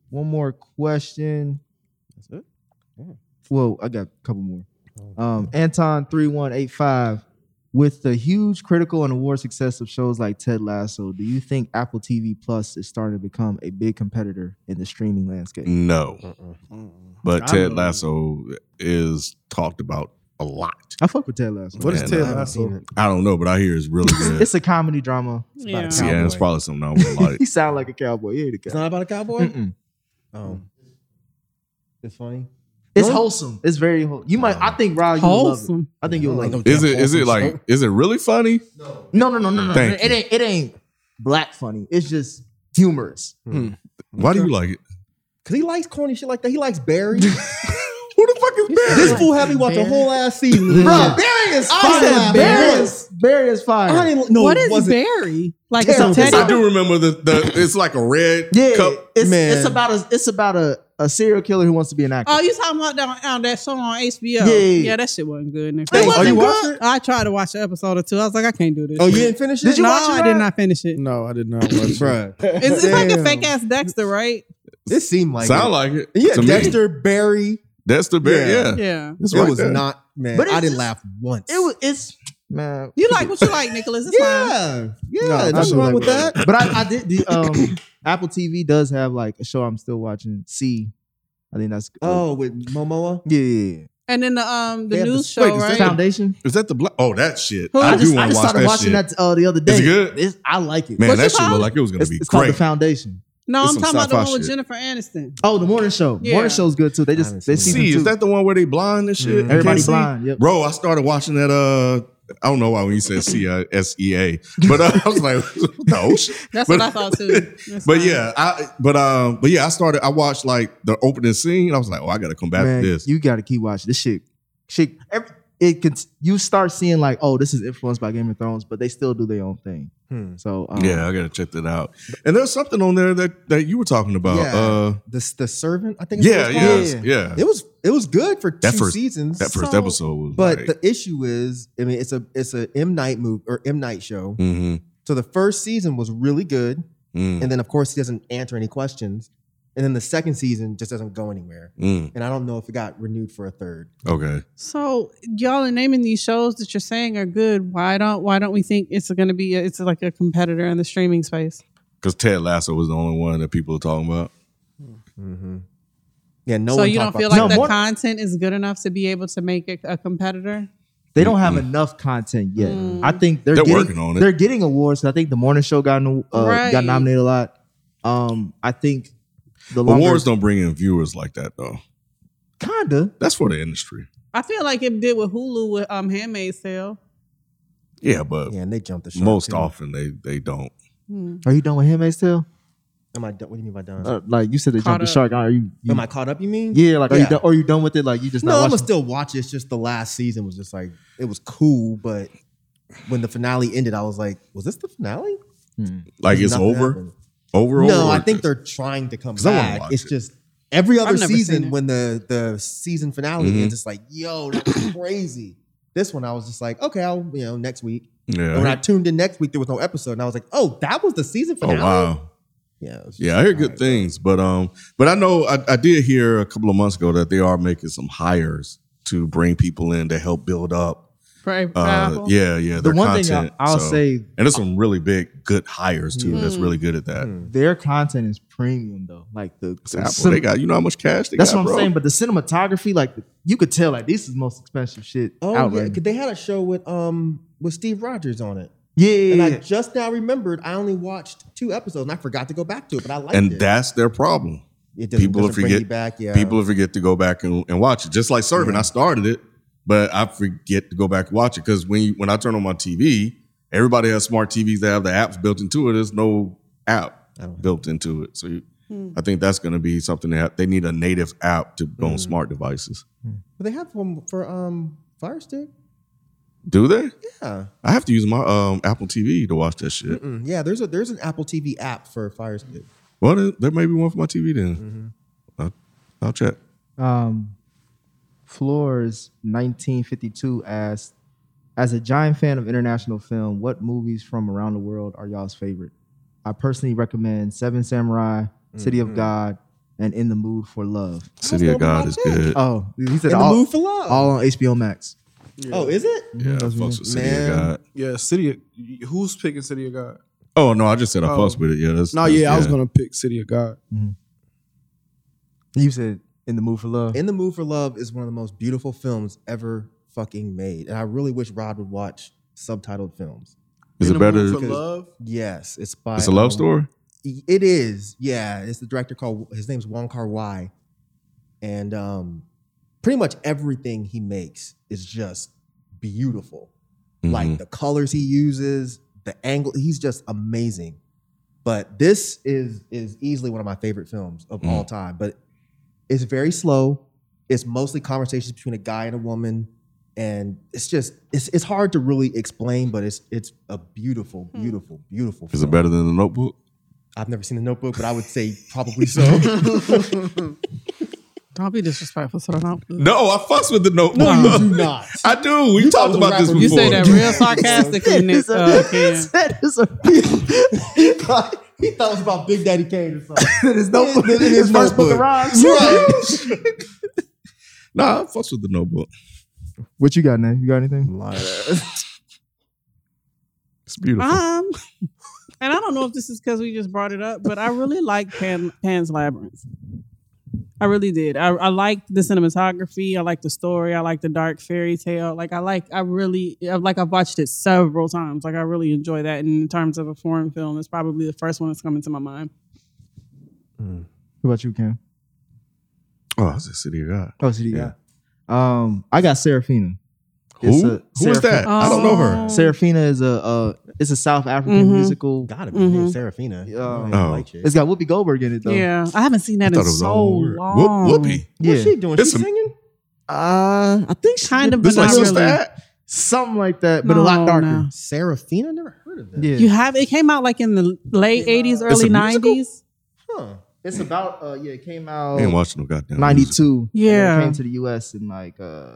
Speaker 2: one more question.
Speaker 5: that's it. Oh,
Speaker 2: Whoa, I got a couple more. Um, Anton three one eight five. With the huge critical and award success of shows like Ted Lasso, do you think Apple TV Plus is starting to become a big competitor in the streaming landscape?
Speaker 4: No, but
Speaker 1: I
Speaker 4: Ted
Speaker 1: know.
Speaker 4: Lasso is talked about a lot.
Speaker 2: I fuck with Ted Lasso.
Speaker 1: What is
Speaker 4: Man,
Speaker 1: Ted
Speaker 4: I haven't
Speaker 1: Lasso?
Speaker 4: I don't know, but I hear it's really good.
Speaker 2: It's a comedy drama.
Speaker 3: Yeah.
Speaker 5: about a
Speaker 4: yeah, it's
Speaker 5: cowboy.
Speaker 4: probably something I would like.
Speaker 2: He sound like a cowboy. He ain't a
Speaker 5: It's
Speaker 2: cowboy.
Speaker 5: not about a cowboy.
Speaker 2: Mm-mm.
Speaker 5: Oh, it's funny.
Speaker 2: It's
Speaker 5: No.
Speaker 2: wholesome. It's very wholesome. You might. I think Rob. You would love it.
Speaker 3: Wholesome.
Speaker 2: I think you'll like. it.
Speaker 4: Is it? Is it like? Is it really funny?
Speaker 2: No, no, no, no, no.
Speaker 4: Thank
Speaker 2: Uh, It ain't. It ain't black funny. It's just humorous.
Speaker 4: Why do you like it?
Speaker 5: Cause he likes corny shit like that. He likes Barry.
Speaker 4: Who the fuck is Barry?
Speaker 5: this fool had me watch a whole ass season.
Speaker 2: Bruh,
Speaker 5: Barry is
Speaker 2: I said Barry is Barry is
Speaker 5: I
Speaker 2: fire.
Speaker 5: didn't know
Speaker 3: what
Speaker 5: it
Speaker 3: is
Speaker 5: wasn't.
Speaker 3: Barry? Like
Speaker 2: Terrible.
Speaker 3: it's a teddy.
Speaker 4: I do remember the, the. It's like a red
Speaker 2: Yeah,
Speaker 4: cup.
Speaker 2: it's
Speaker 5: man. Uh,
Speaker 2: it's about a it's about a a serial killer who wants to be an actor.
Speaker 3: Oh, you talking about that, um, that show on HBO? Yeah,
Speaker 2: yeah, yeah.
Speaker 3: that shit wasn't good. It
Speaker 2: Thanks.
Speaker 3: wasn't
Speaker 2: Oh, you
Speaker 3: good.
Speaker 2: watched
Speaker 3: I tried to watch an episode or two. I was like, I can't do this.
Speaker 5: Oh, you didn't finish it?
Speaker 2: Did you
Speaker 3: no,
Speaker 2: watch it,
Speaker 3: I did
Speaker 2: Rod?
Speaker 3: not finish it.
Speaker 1: No, I did not watch it.
Speaker 5: Bruh.
Speaker 3: It's, it's like a
Speaker 5: Damn.
Speaker 3: fake ass Dexter, right?
Speaker 5: This seemed like
Speaker 4: Sound
Speaker 5: it.
Speaker 4: like it.
Speaker 5: Yeah,
Speaker 4: to me.
Speaker 5: Dexter Barry.
Speaker 4: Dexter Barry. Yeah.
Speaker 5: Yeah.
Speaker 3: Yeah.
Speaker 4: It's
Speaker 5: it
Speaker 4: right
Speaker 5: was
Speaker 4: there.
Speaker 5: not man.
Speaker 2: But
Speaker 5: I
Speaker 2: it's
Speaker 5: didn't
Speaker 2: just-
Speaker 5: laugh once.
Speaker 2: It was it's man.
Speaker 3: You like what you like, Nicholas. It's fine.
Speaker 5: yeah, yeah.
Speaker 1: No, I
Speaker 5: nothing
Speaker 1: don't
Speaker 5: wrong
Speaker 1: like
Speaker 5: with
Speaker 1: that.
Speaker 5: that.
Speaker 2: But I, I did the um Apple TV does have like a show I'm still watching. C. I think that's
Speaker 5: Oh, with Momoa.
Speaker 2: yeah, yeah, yeah.
Speaker 3: And then the um the
Speaker 5: They have
Speaker 3: news
Speaker 5: this-
Speaker 3: show,
Speaker 5: wait, is
Speaker 3: right?
Speaker 5: this
Speaker 2: Foundation.
Speaker 4: Is that the black? Oh, that shit.
Speaker 3: Who-
Speaker 4: I,
Speaker 3: I
Speaker 4: do
Speaker 2: just,
Speaker 4: want
Speaker 2: just
Speaker 4: to watch
Speaker 2: started
Speaker 4: that
Speaker 2: watching
Speaker 4: shit.
Speaker 2: that uh, the other day.
Speaker 4: Is it good?
Speaker 2: It's, I like it.
Speaker 4: Man,
Speaker 3: What's
Speaker 4: that
Speaker 3: it
Speaker 4: shit
Speaker 3: called?
Speaker 4: looked like it was gonna
Speaker 2: it's,
Speaker 4: be
Speaker 2: it's called
Speaker 4: great.
Speaker 2: the Foundation.
Speaker 3: no,
Speaker 4: It's
Speaker 3: I'm
Speaker 4: some
Speaker 3: talking about the
Speaker 4: sci-fi
Speaker 3: one with
Speaker 4: shit.
Speaker 3: Jennifer Aniston.
Speaker 2: Oh, the morning show.
Speaker 3: Yeah.
Speaker 2: Morning show's good too. They
Speaker 5: I haven't
Speaker 2: just they
Speaker 5: seen it.
Speaker 2: season
Speaker 4: See,
Speaker 2: two.
Speaker 4: is that the one where they blind and shit? You can't
Speaker 2: Everybody
Speaker 4: see?
Speaker 2: blind. Yep.
Speaker 4: Bro, I started watching that. Uh, I don't know why when you said C I S E A, but uh, I was like, what the oh shit.
Speaker 3: That's
Speaker 4: But-
Speaker 3: what I thought too. That's
Speaker 4: But
Speaker 3: fine.
Speaker 4: yeah, I but um, but yeah, I started. I watched like the opening scene. And I was like, oh, I gotta come back
Speaker 2: Man,
Speaker 4: to this.
Speaker 2: you got to keep watching this shit. Shit, every, it can. You start seeing like, oh, this is influenced by Game of Thrones, but they still do their own thing.
Speaker 5: Hmm.
Speaker 2: So um,
Speaker 4: yeah, I gotta check that out. And there's something on there that that you were talking about.
Speaker 5: Yeah.
Speaker 4: Uh,
Speaker 5: The the servant. I think. it's
Speaker 4: yeah,
Speaker 5: what it's called.
Speaker 4: yeah, yeah.
Speaker 5: It was it was good for
Speaker 4: That
Speaker 5: two
Speaker 4: first-
Speaker 5: seasons.
Speaker 4: That first
Speaker 5: so-
Speaker 4: episode was.
Speaker 5: But
Speaker 4: like,
Speaker 5: the issue is, I mean, it's a it's a M Night move or M Night show.
Speaker 4: mhm,
Speaker 5: So the first season was really good,
Speaker 4: mm,
Speaker 5: and then of course he doesn't answer any questions, and then the second season just doesn't go anywhere.
Speaker 4: mm,
Speaker 5: And I don't know if it got renewed for a third.
Speaker 4: okay.
Speaker 3: So y'all are naming these shows that you're saying are good. Why don't Why don't we think it's going to be? A, it's like a competitor in the streaming space.
Speaker 4: Because Ted Lasso was the only one that people were talking about.
Speaker 5: Yeah, no.
Speaker 3: so
Speaker 5: one
Speaker 3: you
Speaker 5: talked
Speaker 3: don't feel
Speaker 5: about
Speaker 3: like
Speaker 5: that.
Speaker 3: the
Speaker 2: more-
Speaker 3: content is good enough to be able to make it a competitor?
Speaker 2: they don't have enough content yet.
Speaker 3: Mm.
Speaker 2: I think they're,
Speaker 4: Mm-hmm. They're
Speaker 2: getting,
Speaker 4: working on it.
Speaker 2: They're getting awards. I think the morning show got no- uh,
Speaker 3: Right.
Speaker 2: got nominated a lot. Um, I think the longer,
Speaker 4: Awards don't bring in viewers like that though.
Speaker 2: kinda.
Speaker 4: That's for the industry.
Speaker 3: I feel like it did with Hulu with um Handmaid's Tale.
Speaker 4: Yeah, but
Speaker 5: Yeah, and they jumped the shark
Speaker 4: most
Speaker 5: too.
Speaker 4: often they they don't.
Speaker 3: Hmm.
Speaker 2: Are you done with Handmaid's Tale?
Speaker 5: Am I done? What do you mean by done?
Speaker 2: Uh, like you said, they
Speaker 3: Caught
Speaker 2: jumped the shark.
Speaker 3: up.
Speaker 2: Are you? you-
Speaker 5: Am I caught up? You mean?
Speaker 2: yeah, like are you
Speaker 5: Yeah.
Speaker 2: done? Are you done with it? Like you just
Speaker 5: No,
Speaker 2: not
Speaker 5: I'm gonna
Speaker 2: watching?
Speaker 5: still watch it. It's just the last season was just like it was cool, but when the finale ended, I was like, was this the finale?
Speaker 4: Like it's
Speaker 5: Nothing
Speaker 4: over,
Speaker 5: happened.
Speaker 4: over,
Speaker 5: No,
Speaker 4: over.
Speaker 5: I think they're trying to come
Speaker 4: 'Cause I wanna
Speaker 5: back.
Speaker 4: watch
Speaker 5: It's
Speaker 4: it.
Speaker 5: just every other
Speaker 3: I've never seen
Speaker 5: season
Speaker 3: it.
Speaker 5: when the the season finale
Speaker 4: Mhm.
Speaker 5: ends, it's like, yo, that was crazy. This one, I was just like, okay, I'll you know next week.
Speaker 4: Yeah.
Speaker 5: And when I tuned in next week, there was no episode, and I was like, oh, that was the season
Speaker 4: oh
Speaker 5: finale.
Speaker 4: wow.
Speaker 5: Yeah, it was just-
Speaker 4: Yeah, I hear good things, but um, but I know I, I did hear a couple of months ago that they are making some hires to bring people in to help build up.
Speaker 3: Right.
Speaker 4: Uh, yeah, yeah.
Speaker 2: The
Speaker 4: their
Speaker 2: one
Speaker 4: content,
Speaker 2: thing I, I'll
Speaker 4: so-
Speaker 2: say,
Speaker 4: and there's some really big, good hires too. That's really good at that.
Speaker 2: their content is premium though. Like the,
Speaker 4: It's Apple.
Speaker 2: cin-
Speaker 4: they got you know how much cash they
Speaker 2: That's
Speaker 4: got.
Speaker 2: what I'm
Speaker 4: bro?
Speaker 2: saying. But the cinematography, like you could tell, like this is the most expensive shit
Speaker 5: Oh
Speaker 2: out
Speaker 5: yeah,
Speaker 2: right
Speaker 5: 'cause they had a show with um with Steve Rogers on it.
Speaker 2: now. Yeah,
Speaker 5: And
Speaker 2: yeah,
Speaker 5: I
Speaker 2: yeah.
Speaker 5: just now remembered I only watched two episodes and I forgot to go back to it, but I liked
Speaker 4: and
Speaker 5: it.
Speaker 4: that's their problem.
Speaker 5: it doesn't,
Speaker 4: people
Speaker 5: doesn't bring
Speaker 4: forget-
Speaker 5: you back. Yeah.
Speaker 4: People forget to go back and, and watch it. Just like serving, I started it, but I forget to go back and watch it because when you, when I turn on my TV, everybody has smart TVs that have the apps built into it. There's no app built into it, so you, I think that's going to be something that they need a native app to
Speaker 5: Hmm.
Speaker 4: go on smart devices.
Speaker 5: but they have one for um Fire Stick.
Speaker 4: Do they?
Speaker 5: Yeah.
Speaker 4: I have to use my um, Apple TV to watch that shit.
Speaker 5: Mm, yeah, there's a there's an Apple TV app for Fire Stick.
Speaker 4: Well, there, there may be one for my TV then.
Speaker 5: Mm-hmm.
Speaker 4: I'll, I'll check.
Speaker 2: um, Floors 1952 asked, as a giant fan of international film, what movies from around the world are y'all's favorite? I personally recommend Seven Samurai, City
Speaker 5: Mm-hmm.
Speaker 2: of God, and In the Mood for Love.
Speaker 4: City of God is good.
Speaker 2: Oh, he said
Speaker 5: In the
Speaker 2: all,
Speaker 5: Mood for Love.
Speaker 2: all on HBO Max.
Speaker 5: Oh, is it?
Speaker 4: yeah, I fucks with City
Speaker 5: Man.
Speaker 4: of God.
Speaker 1: Yeah, City of, who's picking City of God?
Speaker 4: Oh no, I just said I
Speaker 1: Oh.
Speaker 4: fucks with it. Yeah, that's,
Speaker 1: No,
Speaker 4: that's-
Speaker 1: yeah, I was gonna pick City of God.
Speaker 2: You said In the Mood for Love.
Speaker 5: In the Mood for Love is one of the most beautiful films ever fucking made. And I really wish Rod would watch subtitled films.
Speaker 4: Is
Speaker 1: In
Speaker 4: it
Speaker 1: the
Speaker 4: better?
Speaker 1: Mood for love?
Speaker 5: Yes, it's by
Speaker 4: It's a love
Speaker 5: um,
Speaker 4: story.
Speaker 5: It is, yeah. It's the director called his name's Wong Kar Wai, and um, pretty much everything he makes is just beautiful.
Speaker 4: Mm-hmm.
Speaker 5: Like the colors he uses, the angle, he's just amazing. But this is is easily one of my favorite films of all time. But it's very slow. It's mostly conversations between a guy and a woman, and it's just it's it's hard to really explain. But it's it's a beautiful, beautiful, beautiful.
Speaker 4: Is
Speaker 5: film.
Speaker 4: it better than the Notebook?
Speaker 6: I've never seen the notebook, but I would say probably so.
Speaker 3: Don't be disrespectful to the notebook.
Speaker 4: No, I fuss with the notebook.
Speaker 6: no, you do not.
Speaker 4: I do. We
Speaker 6: was
Speaker 4: talked
Speaker 6: a
Speaker 4: about this
Speaker 6: rapper.
Speaker 4: before.
Speaker 3: You say that real sarcastically, Nick. Uh, Ken.
Speaker 6: he thought it was about Big Daddy Kane or something.
Speaker 2: His notebook,
Speaker 6: In his
Speaker 2: his first book
Speaker 6: notebook.
Speaker 2: of rhymes.
Speaker 4: Nah, I fuss with the notebook.
Speaker 2: What you got, Nate? You got anything?
Speaker 4: It's beautiful.
Speaker 3: Um, and I don't know if this is because we just brought it up, but I really like Pan, Pan's Labyrinth. I really did. I, I liked the cinematography. I liked the story. I liked the dark fairy tale. Like I like. I really I- like. I've watched it several times. Like I really enjoy that. And in terms of a foreign film, it's probably the first one that's coming to my mind.
Speaker 2: What about you, Cam?
Speaker 4: Oh, it's a city of God.
Speaker 2: Oh, CD. Yeah. Um, I got Seraphina. It's a-
Speaker 4: Who? Who is that? I don't know
Speaker 2: Oh,
Speaker 4: her.
Speaker 2: Seraphina is a uh, it's a South African
Speaker 3: Mhm.
Speaker 2: musical.
Speaker 6: Gotta be
Speaker 3: Mhm.
Speaker 6: named Serafina.
Speaker 2: Yeah.
Speaker 4: Oh.
Speaker 6: White chick.
Speaker 2: It's got Whoopi Goldberg in it though.
Speaker 3: Yeah, I haven't seen
Speaker 4: I
Speaker 3: that
Speaker 4: thought
Speaker 3: in
Speaker 4: it was
Speaker 3: so
Speaker 4: all word.
Speaker 3: long.
Speaker 4: Whoop, whoopee.
Speaker 6: What's
Speaker 2: Yeah.
Speaker 6: she doing?
Speaker 4: It's
Speaker 6: She
Speaker 4: a-
Speaker 6: singing?
Speaker 2: Uh, I think she
Speaker 3: Kind
Speaker 2: did
Speaker 3: of,
Speaker 4: This
Speaker 3: But
Speaker 4: my
Speaker 3: not
Speaker 4: sister.
Speaker 3: really.
Speaker 2: something like that, but a lot
Speaker 3: No,
Speaker 2: darker.
Speaker 3: no.
Speaker 6: Serafina? Never heard of that.
Speaker 2: Yeah,
Speaker 3: You have it came out like in the late '80s,
Speaker 4: It's a
Speaker 3: early
Speaker 4: musical?
Speaker 3: '90s.
Speaker 6: Huh.
Speaker 2: it's about uh, yeah, it came
Speaker 4: I ain't
Speaker 2: out
Speaker 4: watching no goddamn
Speaker 2: ninety
Speaker 4: music.
Speaker 2: two.
Speaker 3: Yeah.
Speaker 2: it came to the U.S. in like uh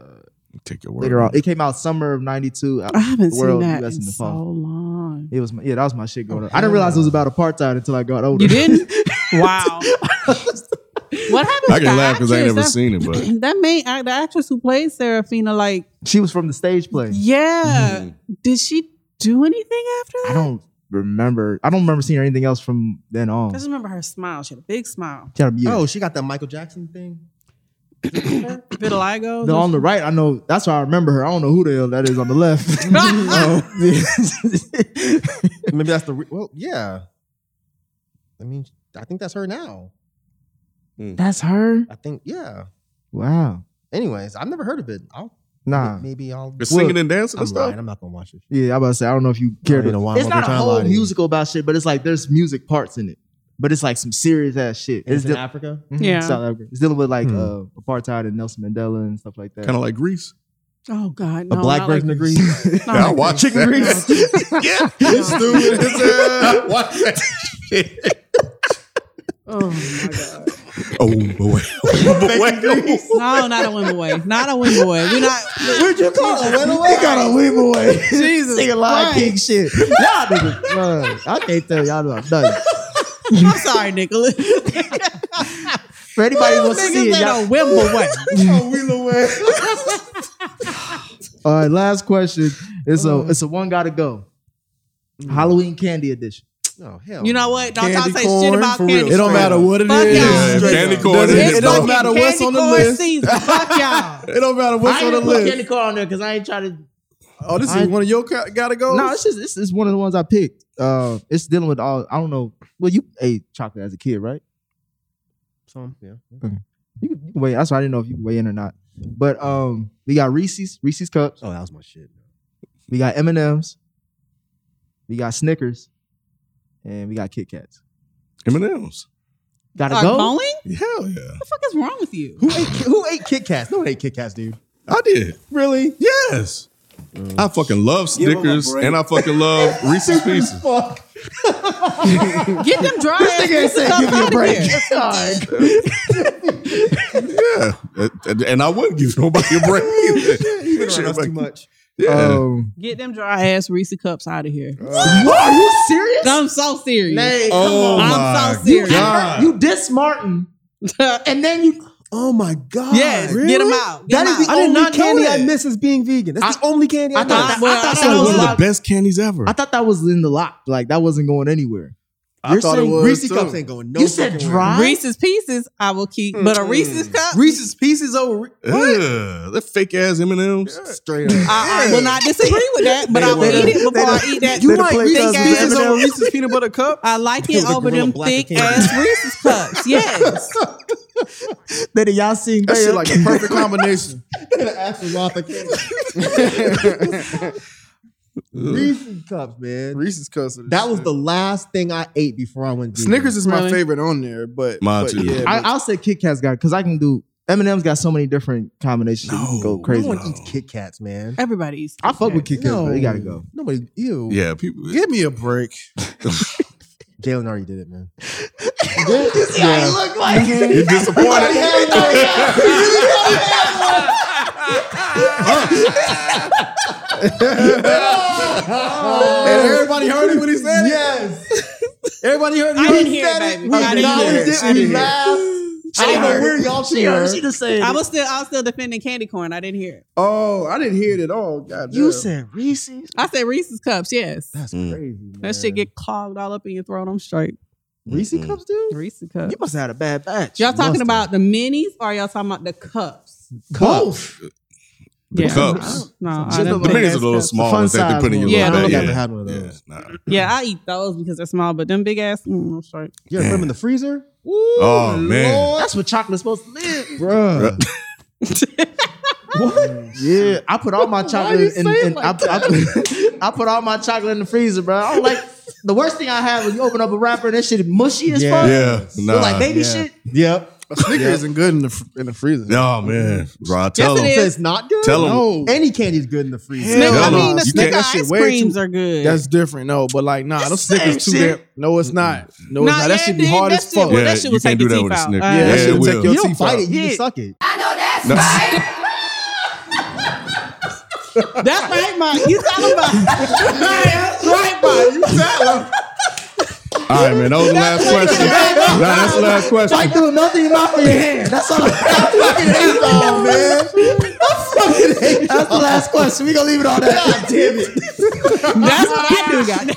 Speaker 4: Take your word.
Speaker 2: later on. It came out summer of ninety two.
Speaker 3: I haven't
Speaker 2: The world,
Speaker 3: seen that
Speaker 2: US
Speaker 3: in
Speaker 2: and the
Speaker 3: so
Speaker 2: fall.
Speaker 3: long.
Speaker 2: It was my, yeah, that was my shit growing up. I didn't realize it was about apartheid until I got older.
Speaker 3: You didn't? wow. what happened?
Speaker 4: I
Speaker 3: to the
Speaker 4: can laugh because I ain't never
Speaker 3: actress? that,
Speaker 4: seen it, but
Speaker 3: That main act, the actress who played Serafina, like,
Speaker 2: She was from the stage play.
Speaker 3: yeah. Did she do anything after that?
Speaker 2: I don't remember. I don't remember seeing anything else from then
Speaker 3: I
Speaker 2: on.
Speaker 3: just remember her smile. She had a big smile.
Speaker 2: Gotta be it.
Speaker 6: Oh, she got that Michael Jackson thing.
Speaker 3: Vitiligo.
Speaker 2: the, on the right, I know that's why I remember her. I don't know who the hell that is on the left. Oh.
Speaker 6: Maybe that's the re- well, yeah. I mean, I think that's her now.
Speaker 2: that's her.
Speaker 6: I think, yeah.
Speaker 2: Wow.
Speaker 6: Anyways, I've never heard of it. I'll
Speaker 2: nah.
Speaker 6: maybe I'll
Speaker 4: It's singing and dancing
Speaker 6: I'm
Speaker 4: and stuff.
Speaker 6: lying. I'm not gonna watch it.
Speaker 2: Yeah, I'm about to say I don't know if you care
Speaker 6: don't
Speaker 2: to.
Speaker 6: even know why I'm
Speaker 2: It's
Speaker 6: up
Speaker 2: not a
Speaker 6: here trying to
Speaker 2: whole
Speaker 6: lie to you.
Speaker 2: musical about shit, but it's like there's music parts in it. But it's like some serious ass shit.
Speaker 6: It's,
Speaker 2: It's,
Speaker 6: in
Speaker 2: de-
Speaker 6: Africa.
Speaker 2: Mhm,
Speaker 3: Yeah.
Speaker 2: South Africa. It's dealing with like
Speaker 6: Hmm.
Speaker 2: uh, apartheid and Nelson Mandela and stuff like that.
Speaker 4: Kind of like Greece.
Speaker 3: Oh, God.
Speaker 6: A
Speaker 3: No,
Speaker 6: black
Speaker 3: not like
Speaker 6: version of
Speaker 3: this.
Speaker 6: Greece.
Speaker 3: Not
Speaker 4: Yeah, I
Speaker 3: like
Speaker 4: watched
Speaker 3: this.
Speaker 4: that. yeah, it's stupid. as hell. I watched that shit.
Speaker 3: Oh, my God.
Speaker 4: Oh boy. Oh, boy.
Speaker 3: No, not a win boy. Not a win boy. We're not.
Speaker 2: Where'd you call it? They got a weave away. Jesus. Nigga lying king shit. Y'all niggas, man, I can't tell y'all about nothing.
Speaker 3: I'm sorry, Nicholas.
Speaker 2: For anybody who wants to see
Speaker 3: Niggas
Speaker 2: it,
Speaker 3: that a
Speaker 2: y'all.
Speaker 3: win boy.
Speaker 2: All right, last question. It's a it's a one gotta go. Halloween candy edition.
Speaker 6: No hell.
Speaker 3: You know
Speaker 6: no.
Speaker 3: what? Don't y'all
Speaker 1: Candy
Speaker 3: say
Speaker 1: corn,
Speaker 3: shit about
Speaker 1: for real.
Speaker 3: candy.
Speaker 1: It don't
Speaker 3: corn.
Speaker 1: matter what it
Speaker 3: Fuck
Speaker 1: is.
Speaker 3: y'all.
Speaker 4: Yeah,
Speaker 1: Straight
Speaker 4: candy
Speaker 1: up.
Speaker 4: corn
Speaker 1: Doesn't-
Speaker 4: is
Speaker 1: It don't
Speaker 3: fucking
Speaker 1: matter what's
Speaker 3: candy
Speaker 1: on the
Speaker 3: corn
Speaker 1: list.
Speaker 3: Season. Fuck y'all.
Speaker 1: It don't matter what's on the list.
Speaker 2: corn on there because I ain't trying to.
Speaker 1: Oh, this
Speaker 2: I-
Speaker 1: is one of your ca- gotta go.
Speaker 2: No, it's just it's, it's one of the ones I picked. Uh, it's dealing with all I don't know. Well, you ate chocolate as a kid, right?
Speaker 6: Some, yeah.
Speaker 2: You can, you can weigh. That's why I didn't know if you could weigh in or not. But um, we got Reese's Reese's cups.
Speaker 6: Oh, that was my shit.
Speaker 2: We got M and M's. We got Snickers, and we got Kit Kats.
Speaker 4: M&M's.
Speaker 2: Gotta
Speaker 3: Are
Speaker 2: go.
Speaker 3: bowling?
Speaker 4: Hell yeah.
Speaker 3: What the fuck is wrong with you?
Speaker 6: Who ate, who ate Kit Kats? No one ate Kit Kats, dude.
Speaker 4: I did.
Speaker 6: Really?
Speaker 4: Yes. I fucking love
Speaker 1: him a
Speaker 4: Snickers
Speaker 1: break.
Speaker 4: and I fucking love Reese's Pieces.
Speaker 6: Fuck.
Speaker 3: Get them dry ass pieces up out of here.
Speaker 4: Yeah. And- And I wouldn't give nobody a break either.
Speaker 6: You've been
Speaker 4: Shit,
Speaker 6: around us
Speaker 4: like-
Speaker 6: too much.
Speaker 4: Yeah.
Speaker 2: Um,
Speaker 3: Get them dry ass Reese cups out of here.
Speaker 2: what? Are you serious?
Speaker 3: I'm so serious.
Speaker 4: oh
Speaker 3: I'm
Speaker 4: my
Speaker 3: so serious.
Speaker 4: God.
Speaker 2: You diss Martin, and then you.
Speaker 6: Oh my god.
Speaker 3: yes, get them out. Get
Speaker 6: That
Speaker 3: 'em
Speaker 6: is the
Speaker 3: out.
Speaker 2: did
Speaker 6: only
Speaker 2: not know
Speaker 6: candy I
Speaker 2: that.
Speaker 6: miss is being vegan. That's the only candy I,
Speaker 2: I
Speaker 6: miss.
Speaker 2: thought, that,
Speaker 3: Well,
Speaker 2: I thought
Speaker 3: I
Speaker 2: that
Speaker 3: thought
Speaker 2: was
Speaker 4: One of the
Speaker 2: locked-
Speaker 4: best candies ever.
Speaker 2: I thought that was in the lock. Like that wasn't going anywhere.
Speaker 1: I thought it was
Speaker 6: Reese's
Speaker 1: too.
Speaker 6: cups ain't going no.
Speaker 2: You said
Speaker 6: fucking way.
Speaker 2: dry?
Speaker 3: Reese's pieces I will keep, but a Reese's cup
Speaker 1: Reese's Pieces over. Re-
Speaker 4: Ugh, that fake ass M&M's.
Speaker 6: Straight up.
Speaker 5: Ah,
Speaker 3: I, I will not disagree with that, but I will eat it before I eat that.
Speaker 1: You like
Speaker 3: thick
Speaker 1: Reese's
Speaker 3: ass-
Speaker 1: Pieces over Reese's Peanut Butter Cup?
Speaker 3: I like
Speaker 6: It was
Speaker 3: it
Speaker 6: a
Speaker 3: over
Speaker 6: gorilla
Speaker 3: them
Speaker 6: black
Speaker 3: thick
Speaker 6: candy.
Speaker 3: ass Reese's cups. Yes.
Speaker 2: Then y'all seen
Speaker 1: That shit like a perfect combination.
Speaker 6: Reese's cups, man.
Speaker 1: Reese's cups. are the
Speaker 6: That was
Speaker 1: shit.
Speaker 6: the last thing I ate before I went. vegan.
Speaker 1: Snickers is my
Speaker 3: Really?
Speaker 1: favorite on there, but
Speaker 4: Mine
Speaker 1: but
Speaker 4: too.
Speaker 1: Yeah,
Speaker 2: I, I'll say Kit Kat's got because I can do M and M's got so many different combinations. that you can go
Speaker 4: No.
Speaker 2: crazy.
Speaker 6: No one
Speaker 4: No.
Speaker 6: eats Kit Kats, man.
Speaker 3: Everybody eats.
Speaker 2: I fuck with Kit Kats,
Speaker 6: No,
Speaker 2: but it gotta go.
Speaker 6: Nobody. Ew.
Speaker 4: Yeah, people.
Speaker 1: give me a break.
Speaker 6: Jalen already did it, man.
Speaker 5: yeah.
Speaker 7: look like
Speaker 4: You're disappointed.
Speaker 1: And everybody heard it when he said it.
Speaker 5: Yes.
Speaker 1: Everybody heard it.
Speaker 3: I
Speaker 1: when
Speaker 3: didn't
Speaker 1: he
Speaker 3: hear it,
Speaker 1: said
Speaker 3: baby. I didn't hear it.
Speaker 1: acknowledged
Speaker 5: Did we
Speaker 1: She did.
Speaker 5: laugh? I don't know where y'all
Speaker 7: she
Speaker 5: were.
Speaker 7: heard. She just said,
Speaker 3: I was still I was still defending candy corn. I didn't hear it.
Speaker 1: Oh, I didn't hear it at all. God
Speaker 7: "You
Speaker 1: damn.
Speaker 7: said Reese's."
Speaker 3: I said Reese's cups. Yes,
Speaker 6: That's
Speaker 4: Mm.
Speaker 6: crazy. man.
Speaker 3: that shit get clogged all up in your throat. I'm straight.
Speaker 4: Mm.
Speaker 5: Reese cups, dude.
Speaker 3: Reese's cups.
Speaker 7: You must have had a bad batch.
Speaker 3: Y'all talking
Speaker 7: Must have.
Speaker 3: about the minis or y'all talking about the cups?
Speaker 5: Both.
Speaker 4: The cups.
Speaker 3: I don't- No, I
Speaker 4: The
Speaker 3: didn't
Speaker 4: minis are
Speaker 3: think
Speaker 4: a
Speaker 3: that's
Speaker 4: little
Speaker 3: cups.
Speaker 4: small.
Speaker 2: fun
Speaker 4: I think
Speaker 2: size
Speaker 4: they're putting you a
Speaker 2: one.
Speaker 3: Yeah, I
Speaker 4: little
Speaker 3: don't
Speaker 4: bit.
Speaker 6: think I've
Speaker 4: yeah.
Speaker 6: had one of those.
Speaker 4: Yeah, nah.
Speaker 3: Yeah, I eat those because they're small, but them big ass, mm, I'm straight.
Speaker 6: You ever put them in the freezer?
Speaker 4: Oh man.
Speaker 7: That's what chocolate's supposed to live.
Speaker 2: Bruh. what? Yeah, I put all my
Speaker 7: you
Speaker 2: chocolate in.
Speaker 7: say it
Speaker 2: in
Speaker 7: like
Speaker 2: I, put- I put- I put all my chocolate in the freezer, bro. I don't like the worst thing I have is you open up a wrapper and that shit is mushy as
Speaker 6: Yeah.
Speaker 2: fuck.
Speaker 4: Yeah.
Speaker 2: Look
Speaker 4: Nah.
Speaker 2: like baby shit.
Speaker 6: Yep.
Speaker 1: A Snicker isn't good in the fr- in the freezer.
Speaker 4: Oh man. Rod, tell
Speaker 3: Yes, it
Speaker 4: them.
Speaker 3: is.
Speaker 6: So it's not good?
Speaker 4: Tell 'em.
Speaker 1: No.
Speaker 6: Any candy's good in the freezer.
Speaker 1: Hell
Speaker 3: I
Speaker 4: no.
Speaker 3: mean, the
Speaker 4: You
Speaker 3: Snicker
Speaker 4: can't-
Speaker 1: that shit
Speaker 3: ice
Speaker 1: way
Speaker 3: creams
Speaker 1: too-
Speaker 3: are good.
Speaker 1: That's different. No, but like, nah, those Snickers too damn. No, it's not. No, it's
Speaker 3: Nah,
Speaker 1: not.
Speaker 3: yeah,
Speaker 1: That should be
Speaker 3: dude,
Speaker 1: hard
Speaker 3: that
Speaker 1: as
Speaker 3: shit
Speaker 1: fuck.
Speaker 3: would-
Speaker 1: Yeah,
Speaker 3: Well, Oh, that shit
Speaker 4: you
Speaker 3: would
Speaker 4: can't
Speaker 3: take
Speaker 4: do
Speaker 3: your
Speaker 4: that with a
Speaker 3: teeth out.
Speaker 4: Snicker.
Speaker 3: Uh,
Speaker 4: yeah,
Speaker 1: that
Speaker 4: it
Speaker 1: should take
Speaker 4: will.
Speaker 1: your
Speaker 6: You don't
Speaker 1: teeth out.
Speaker 6: fight it, you
Speaker 3: Yeah.
Speaker 6: just suck it.
Speaker 3: That's right, Mike. You talking about That's right, Mike. You
Speaker 4: All right, man. That was the last question. Nah, that's the last question.
Speaker 5: do nothing you not for your hand. That's all. I fucking hate y'all, man. That's the last question. We gonna leave it on that. God damn it.
Speaker 3: That's what I do, guys.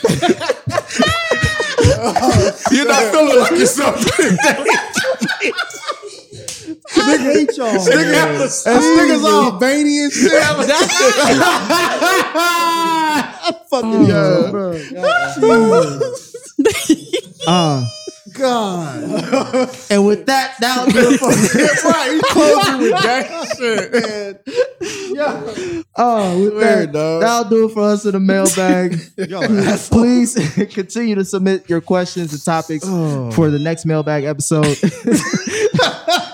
Speaker 4: You're not feeling like yourself.
Speaker 5: I hate y'all. man.
Speaker 1: That Snickers all veiny and shit.
Speaker 5: Fucking yeah, bro.
Speaker 2: Uh,
Speaker 5: God. and with that, that was the
Speaker 1: right, you closed it with that shit, man.
Speaker 2: Oh, with
Speaker 1: Swear,
Speaker 2: that,
Speaker 1: dog.
Speaker 2: that'll do it for us in the mailbag. Please continue to submit your questions and topics
Speaker 7: Oh.
Speaker 2: for the next mailbag episode.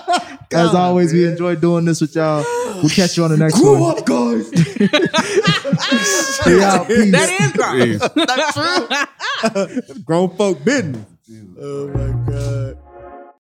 Speaker 2: As always, we enjoy doing this with y'all. We'll catch you on the next
Speaker 5: Grow
Speaker 2: one.
Speaker 5: up, guys.
Speaker 2: Stay out. Peace.
Speaker 3: That is right.
Speaker 4: Jeez.
Speaker 6: Grown folk business.
Speaker 1: Oh my God.